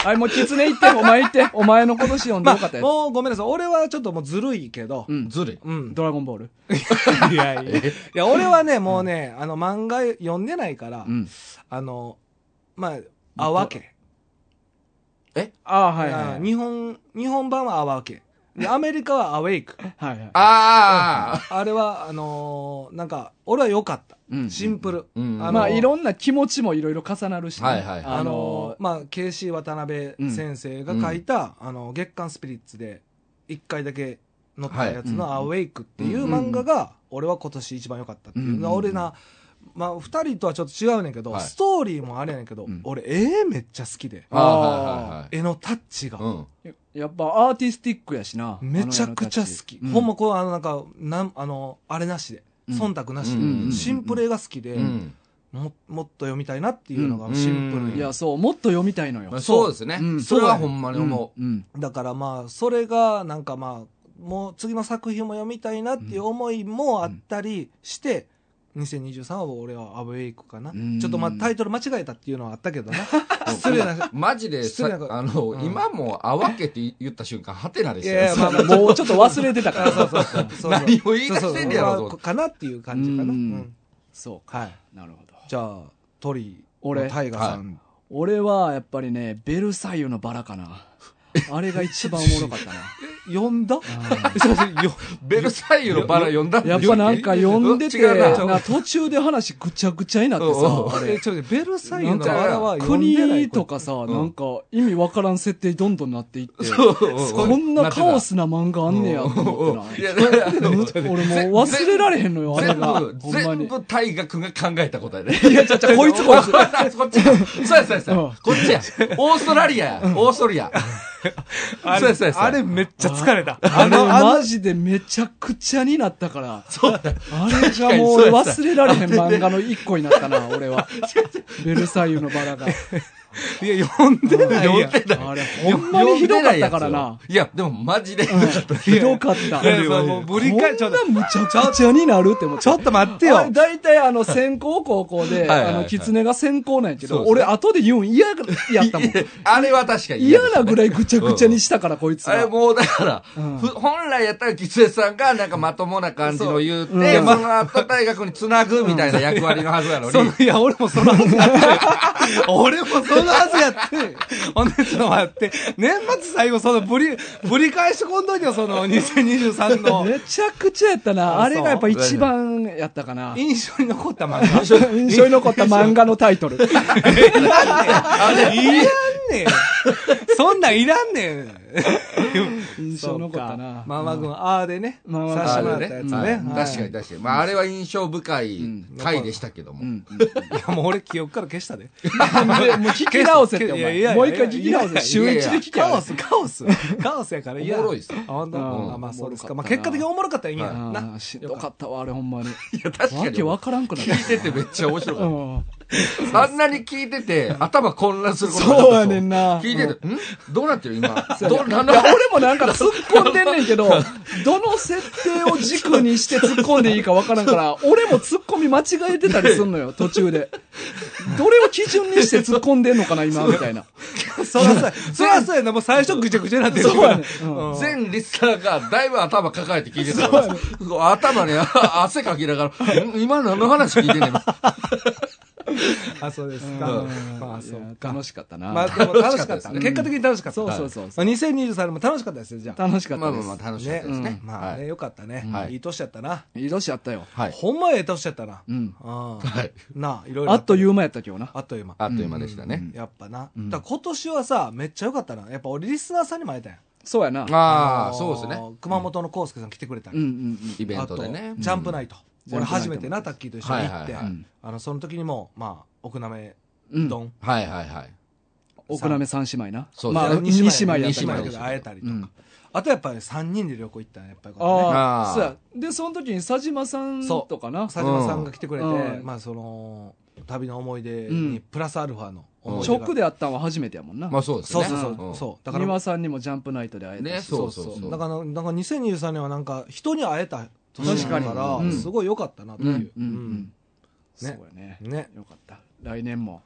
S1: あい、もう狐行って、お前行って、お前の今年読んで良かったやつ。
S3: もうごめんなさい。俺はちょっともうずるいけど。
S1: うん
S2: ずるい
S3: うん。
S1: ドラゴンボール。
S3: いやいや。いや、俺はね、もうね、あの、漫画読んでないから、
S1: うん。
S3: あの、まあ、あわけ。
S1: ああ、はいはい。
S3: あ日本、日本版はあわけ。 で、アメリカはアウェイク。
S1: はいはい。
S2: あ
S3: あれは、あのーなんか、俺は良かった。
S1: うん
S3: シンプル。
S2: うん
S3: あの
S1: まあ、いろんな気持ちもいろいろ重なるしね、
S2: はいはいはい
S1: あの
S3: あのまあ、KC 渡辺先生が書いた、あの、月刊スピリッツで、一回だけ載ったやつの、
S1: はい
S3: ア
S1: うん
S3: ウェイクっていう漫画が、俺は今年一番良かったっていう。
S1: うん
S3: 俺な、まあ、二人とはちょっと違うねんけど、
S2: はい
S3: ストーリーもあれやねんけど、
S1: うん
S3: 俺、絵めっちゃ好きで、
S2: あああはいはいはい
S3: 絵のタッチが、
S2: うん
S1: ーやっぱアーティスティックやしな。
S3: めちゃくちゃ好き。
S1: あの世
S3: ほん
S1: の
S3: ま、こう、あの、なんか、なん、あの、あれなしで、
S1: うん
S3: 忖度なしで、
S2: うん
S3: シンプル絵が好きで、
S2: うん
S3: も、もっと読みたいなっていうの
S2: う
S3: が
S2: ん
S3: シンプル
S1: 中
S3: に
S1: いや、そう、もっと読みたいのよ
S2: まあ。そうですね
S1: うん
S2: それはほんまに思
S1: うん。 うん
S3: だからまあそれがなんかまあもう次の作品も読みたいなっていう思いもあったりして、2023は俺はアウェイクかな、
S1: うん
S3: ちょっとまあタイトル間違えたっていうのはあったけどな
S2: う
S3: 失礼な
S2: マジで
S3: 失
S2: さ
S3: 礼な
S2: あの
S3: うん
S2: 今もあわけって言った瞬間ハテナでし
S3: いやい
S2: た
S3: や
S2: よ
S3: まあまあ
S1: もうちょっと忘れてたか
S3: あ
S1: ら。
S3: そうそうそうそう
S2: 何を言い出してんねやろと
S3: そうそうかなっていう感じかな、
S1: うん
S3: うん
S1: そうか。
S3: はい
S1: なるほど。
S3: じゃあ鳥
S1: 俺
S3: タイガさん、
S1: 俺はやっぱりね、ベルサイユのバラかな。あれが一番おもろかったな。
S3: 呼んだ
S1: あ
S3: すいませんよ
S2: ベルサイユのバラ読んだ
S1: ーやっぱなんか呼んでて、
S2: 違うな
S1: な途中で話ぐちゃぐちゃになって
S2: うん
S1: さ、あ
S3: え
S1: れ
S3: ちょっと待ってベルサイユのバラは呼んでな
S1: 国
S3: い
S1: とかさ、なんか意味わからん設定どんどんなっていって、
S2: こ
S1: こんなカオスな漫画あんねやと思って
S2: い
S1: な。
S2: やだから
S1: 俺もう忘れられへんのよ、あれ
S2: 全
S1: が。
S2: 部、
S1: ほんま
S2: 全
S1: に。
S2: 部大学が考えたことやね。
S1: いや、ちゃちゃ、こいつこいつ。
S2: あこっちや。そうや、そうや、そう
S1: うん
S2: や。こっちや。オーストラリアや。オーストリア。
S3: あれ
S2: そうやそうやそうや
S3: あれめっちゃ疲れた
S1: あ
S3: あ
S1: れ、
S3: のあの
S1: マジでめちゃくちゃになったから。
S2: そうだ。
S1: あれがもう俺忘れられへん漫画の一個になったな、俺は。ベルサイユのバラが。
S3: いや呼んでないやん
S2: 呼んでない
S1: あれ、ほんまにひどかったからな。
S2: いや、でもマジでひどかった。
S1: ひどかった。
S3: いやいやもうぶり返ちょ
S1: こ
S3: っ
S1: ん
S3: と
S1: なむちゃくちゃになるって思って。
S3: ちょっと待ってよ
S1: あれ大体あの、 先行高校で、
S2: はいはいは
S1: あ
S2: い
S1: の、狐が先行なんやけ
S2: そう
S1: ど、
S2: ですね
S1: 俺後で言うん嫌がやったもん。
S2: あれは確かに
S1: 嫌な
S2: で
S1: ぐらいぐちゃぐちゃにしたから、こいつ
S2: すあれ
S1: が。
S2: もうだから、
S1: うん
S2: ふ本来やったら吉瀬さんがなんかまともな感じの言う
S1: そ
S2: て、
S1: ううん
S2: でその後大学につなぐみたいな役割のはずやのに、
S3: そのいや、俺もそのはずやって。俺もそのはずやって。ほんで、ちょっと待って。年末最後、そのぶり、ぶり返してこんといてよ、その2023の。
S1: めちゃくちゃやったな。あれがやっぱ一番やったか な。
S3: 印象に残った漫画。
S1: 印象に残った漫画のタイトル。
S3: いらんねん。そんなんいらんねん。
S1: 印象に残ったな。
S3: まあまあ君、あーでね。
S1: まあまあ
S3: さ
S2: あ
S3: してもら
S2: れ
S3: った
S2: ね
S3: やつ
S2: うん
S3: ね。
S2: 確
S3: はい
S2: かに。確かに。まあ、あれは印象深い回でしたけども。
S1: うん。
S3: いや、もう俺記憶から消した
S1: で
S3: で。
S1: もう聞き直せって、お
S3: いやい
S1: 前。
S3: や
S1: もう一回聞き直
S3: いや
S1: せ。
S3: い
S1: 週
S2: やい
S1: 一
S2: や
S1: で聞け
S3: カ
S1: よ
S3: オ。ス、カオス。カオスやから、いや。
S2: おもろいっすよ
S3: あ、ほんと
S1: うん
S3: あまあそうですか。
S1: おもろ
S3: まあ
S1: かったな
S3: 結果的におもろかったらいいんや
S2: う
S3: な。
S1: ああ、しんどかったわ、あれほんまに。
S2: いや、確か
S1: わ
S2: に。
S1: けわからんくなった
S2: 聞いててめっちゃ面白
S1: う
S2: かっ
S1: ん。
S2: た。あんなに聞いてて、頭混乱することなかった
S1: そうやねんな
S2: 聞いてて、んどうなってる今。
S1: い
S2: ど
S1: や
S2: うなん
S1: いや
S2: だ
S1: 俺もなんか突っ込んでんねんけど、 どの設定を軸にして突っ込んでいいかわからんから、俺も突っ込み間違えてたりすんのよ、途中で。どれを基準にして突っ込んでんのかな、今、みたいな。
S3: そらそうや、そらそうやな。もう最初ぐちゃぐちゃになってる
S1: そう
S3: から
S1: やね。ん。うん
S2: 全リスナーがだいぶ頭抱えて聞いてたから、頭にあ汗かきながら、ん今何の話聞いてんねん。
S3: あ、そうです
S2: う
S3: か
S2: ん。
S3: まあ、
S1: い
S3: そう
S1: や
S3: か。
S1: 楽しかったな。
S3: まあ、でも楽しか
S2: 楽し
S3: ったた。
S2: かっですね
S3: 結果的に楽しかった。
S1: そうそうそうそ
S3: ま
S1: う。
S3: あ2023年も楽しかったですよ、じゃあ。
S1: 楽しかっ
S2: まあ
S1: たで。
S2: ますあまあ楽しかったですね。
S3: まあ
S2: は
S3: ね、
S2: い。
S3: よかったね
S2: は。い
S3: いい年やったな。
S1: いい年やったよ。
S2: はい。
S3: ほんまええ年やったな。
S1: うん。
S3: あ
S2: はい
S3: なあ、いろいろ。。
S1: あっというう間やった今日な。
S3: あっという間。
S2: あっという間でしたね。
S3: やっぱな。
S1: ん
S3: だから今年はさ、めっちゃよかったな。やっぱ俺リスナーさんにも会えたやん。
S1: そうやな。
S2: あ
S3: の
S2: あ、
S3: ー
S2: そうですね。。
S3: 熊本の康介さん来てくれた
S1: うんうん
S3: ん
S1: うん。
S2: イベン
S3: あ
S2: ト
S3: と、
S2: で
S3: ジ
S2: ね。
S3: ャンプナイト。俺初めてな、
S1: ジ
S3: タッキーと一緒に行って
S2: はいはいはい
S1: うん。
S3: あの、その時にも、まあ、奥なめ
S1: うん
S3: 丼。
S2: はいはいはい。
S1: 奥なめ三姉妹な。
S2: そう
S1: まあ、
S2: そう
S1: 二姉妹や
S3: や
S1: っけど
S3: ったたけ
S2: 二姉妹
S3: ど
S2: でしたけど
S3: 会えたりと
S1: う
S3: か
S1: ん。
S3: あとやっぱり3人で旅行行ったのやっぱりこれね
S1: あ
S2: あ
S1: あ、
S2: ー
S1: そうや。で、その時に佐島さん
S3: そう
S1: とかな、
S3: 佐島さんが来てくれて、
S1: うん
S3: まあその旅の思い出
S1: うん
S3: にプラスアルファの思い出が、
S1: 直で会ったんは初めてやもんな。
S2: まあそうです
S3: そう
S2: ね。
S3: そうそう、
S2: ん
S3: そうだ
S1: だか
S3: か
S1: ら庭さんにもジャンプナイトで会えた
S2: ね、
S1: し。
S2: そうそうそう。
S3: だからなんか2023年はなんか人に会えた年だか
S1: 確
S3: ら、
S1: かにうん
S3: すごい良かったなというう、
S1: んうんうん。そう
S3: ね
S1: やね。
S3: ね
S1: よかった。来年も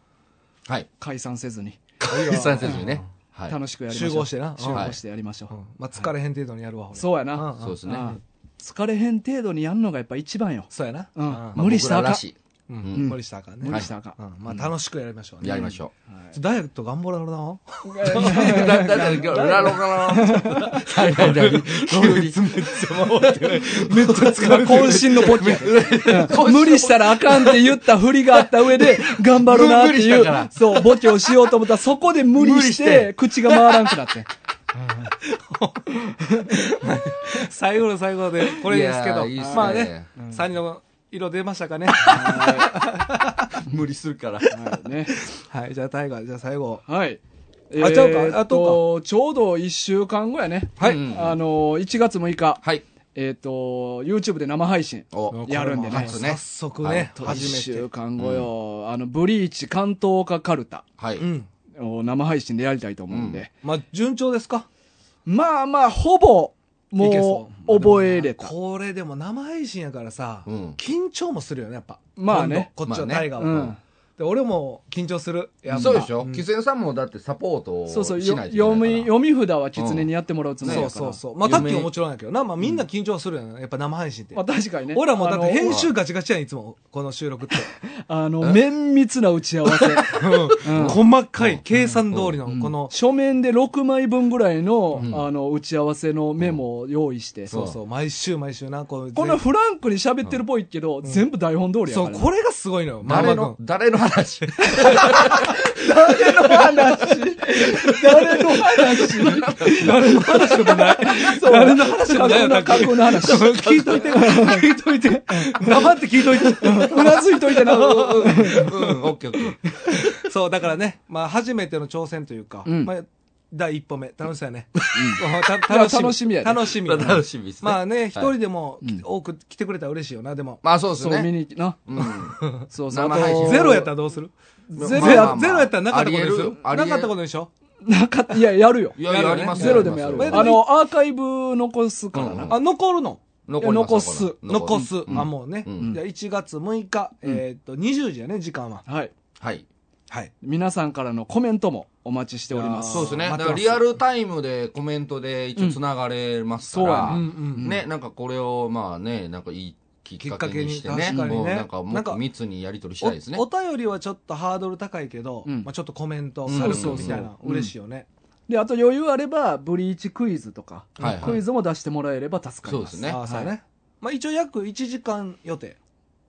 S2: はい。
S1: 解散せずに、
S2: 解散せずにね。はい。
S1: 楽しくやりましょう。
S3: 集合してな
S1: 集合してやりましょ
S3: う
S1: う。
S3: んまあ、疲れへん程度にやるわ、俺
S1: そうや
S3: うん
S1: な。
S2: そうです
S1: う
S2: ね。
S1: ん疲れへん程度にやんのがやっぱ一番よ。
S3: そうやな、
S1: うん
S2: まあ
S1: 無理したらあかん
S2: 僕ららしい。
S3: うん
S2: ん
S3: 無理したらあかんね、
S1: 無理したらあかん
S3: うんまあ、楽しくやりましょうね、
S2: やりましょ
S1: はい
S3: ダイエット頑張ろうな
S2: う。だだって、裏のかなはいはいはい。急に。
S3: めっちゃ疲れてる
S1: 渾身のボケやでうん無理したらあかんって言った振りがあった上で、頑張るなって
S2: 無理し
S1: い
S2: たから
S1: う、そう、ボケをしようと思ったら、そこで無理
S2: 無理
S1: し
S2: してて、
S1: 口が回らんくなって。
S3: 最後の最後でこれですけど
S2: いやーいいっすね
S3: まあね、3人の色出ました かね
S2: 無理するから。
S1: はいね。
S3: はい、じゃあ、大河、じゃあ最後。
S1: はい。
S3: あちゃうか
S1: えーっ
S3: あと
S1: ちょうど1週間後やね。
S2: はい
S1: うんあのー、1月6日、
S2: はい。
S1: えーっと、YouTube で生配信。
S2: お、
S1: やるんでね
S3: もうこれも早速ね、
S1: と1
S3: 初め
S1: 週
S3: て。
S1: 間後よ、あの、ブリーチ関東かカルタ
S2: はい。
S3: うん。
S1: を生配信でやりたいと思うんで。
S3: まあ、順調ですか
S1: まあまあ、ほぼ、
S3: いけ
S1: も、
S3: そう
S1: 覚えれた。
S3: これでも生配信やからさ、
S2: うん
S3: 緊張もするよね、やっぱ。
S1: まあね
S3: 今度こっちは
S2: まあね
S3: 大河は。
S1: うん
S3: で俺も緊張する。やっぱ
S2: そうでしょ
S3: ん
S2: 喫煙さんもだってサポートをし
S1: そう
S2: ない
S1: そ
S2: と
S1: う
S2: い
S1: よ
S2: けない
S1: 読み
S2: から
S1: 読み札は狐にやってもらうつもり
S3: そ
S1: やか
S3: う
S1: ら、
S3: そうそう。まあ、タッキーも
S2: 嫁
S3: もちろんやけどな。まあ、みんな緊張するよね。やっぱ生配信って
S1: まあ。確かにね
S3: 俺らもだって編
S1: あ
S3: 集ガチガチやん、いつも。この収録って。
S1: のあの綿密な打ち合わせ
S3: うん細かい計算通りの、この、
S1: 書面で6枚分ぐらいの,、
S2: うん
S1: あの打ち合わせのメモを用意して、
S3: そうそう、毎週毎週な、こう。
S1: こんなフランクに喋ってるっぽいけど、全部台本通りやか
S3: そ
S1: ら
S3: う、
S1: ね、
S3: これがすごいのよ。
S2: 誰
S3: まんま
S2: の誰の話
S1: 誰の話誰の話
S3: 君誰の話でもない。誰の話でもないよ、タ
S1: 過
S3: ッキ
S1: 去
S3: ー
S1: の話
S3: 聞いといて、聞いといて。黙って聞いといて。
S1: うなずいといてな
S2: うんオッケーオッケー
S3: そう、だからね、まあ、初めての挑戦というか、
S1: うん
S3: まあ、第一歩目、楽しそうやね。
S1: いや楽しみやね
S3: 楽しみ。
S2: 楽しみですね
S3: まあね、一
S2: はい
S3: 人でも、多く来てくれたら嬉しいよな、でも。
S2: まあそうです
S1: そう見
S2: ね
S1: に行きな
S2: うん
S1: そうそう
S2: 生配信
S1: あと
S3: ゼロやったらどうする
S1: ゼロ
S2: まあまあまあ
S3: ゼロやったらなかったことにする
S2: あ
S3: な
S2: りえるありえる
S3: かったことにしよ
S1: なかったいややるよ
S2: いや
S3: やる
S2: や
S3: よね
S2: りますよ
S1: ゼロでもやる
S2: りますよ
S1: あのアーカイブ残すからな、
S2: う
S3: う。あ、残るの
S2: 残ります
S1: いや残す
S2: ります
S3: 残す。あ、もうね。
S2: うん
S3: じゃあ1月6日、えーっと、20時やね、時間は。
S1: はい
S2: はい
S3: はい。
S1: 皆さんからのコメントもお待ちしております
S2: そうですね
S3: あー
S2: だからリアルタイムでコメントで一応つながれますか
S1: うん
S2: ら
S1: そうや
S3: ねうんうんうん
S2: ねなんかこれをまあねなんかいいきっかけにして
S3: きっ
S2: ね
S3: かけに確かにね
S2: うんなんかもっと密にやり取りしたいですね
S3: おお便りはちょっとハードル高いけど、
S1: うん
S3: まあちょっとコメント
S2: うん
S3: 軽
S2: そう
S3: く
S2: そうそう
S3: みたいな、
S1: うん
S3: 嬉しいよね。
S1: であと余裕あればブリーチクイズとか、
S2: はいはい
S1: クイズも出してもらえれば助かります
S2: そうですね
S3: あーそうや
S1: は
S3: ね。まあ一応約1時間予定。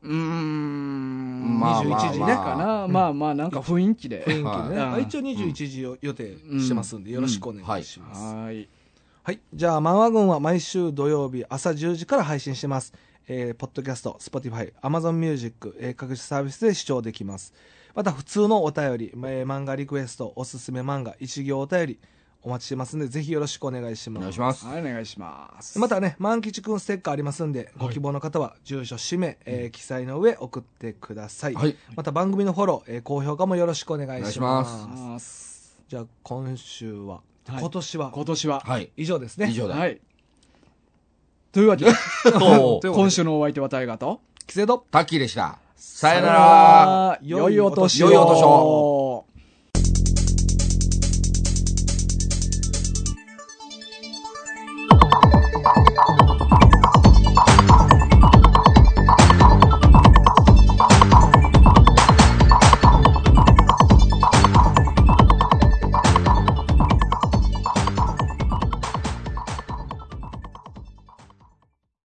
S1: うーん
S2: ま
S3: あまあ21時ね
S1: かな、まあまあなんか雰囲気で
S3: 雰囲気でね。
S2: はい
S3: まあ
S1: うん
S3: 一応21時を予定してますんで、
S1: うん
S3: よろしくお願いします。はい
S1: はい
S3: はい。じゃあ、漫画軍は毎週土曜日朝10時から配信してます。えー、ポッドキャスト、Spotify、Amazon Music、えー各種サービスで視聴できます。また、普通のお便り、えー漫画リクエスト、おすすめ漫画、一行お便り、お待ちしてますんで、ぜひよろしくお願いし
S2: お
S3: ま
S2: 願い
S3: す
S2: し。ます
S1: はいお願いします
S3: またね、万吉くんステッカーありますんで、ご希望の方は、住所、氏名、えー記載の上、送ってください。
S2: はい
S3: また、番組のフォロー、えー高評価もよろしくお願いします。
S2: お願いし
S1: ます
S3: じゃあ、今週は、
S1: はい
S3: 今年は、
S1: 今年は
S2: はい
S3: 以上ですね。
S2: 以上
S1: は
S2: だ
S1: いというわけで
S2: お
S3: という
S2: ー
S1: 今週のお相手は大河と
S3: キセド
S2: タッキーでしたさよなら
S1: 良いお年を
S2: 良いお年
S1: を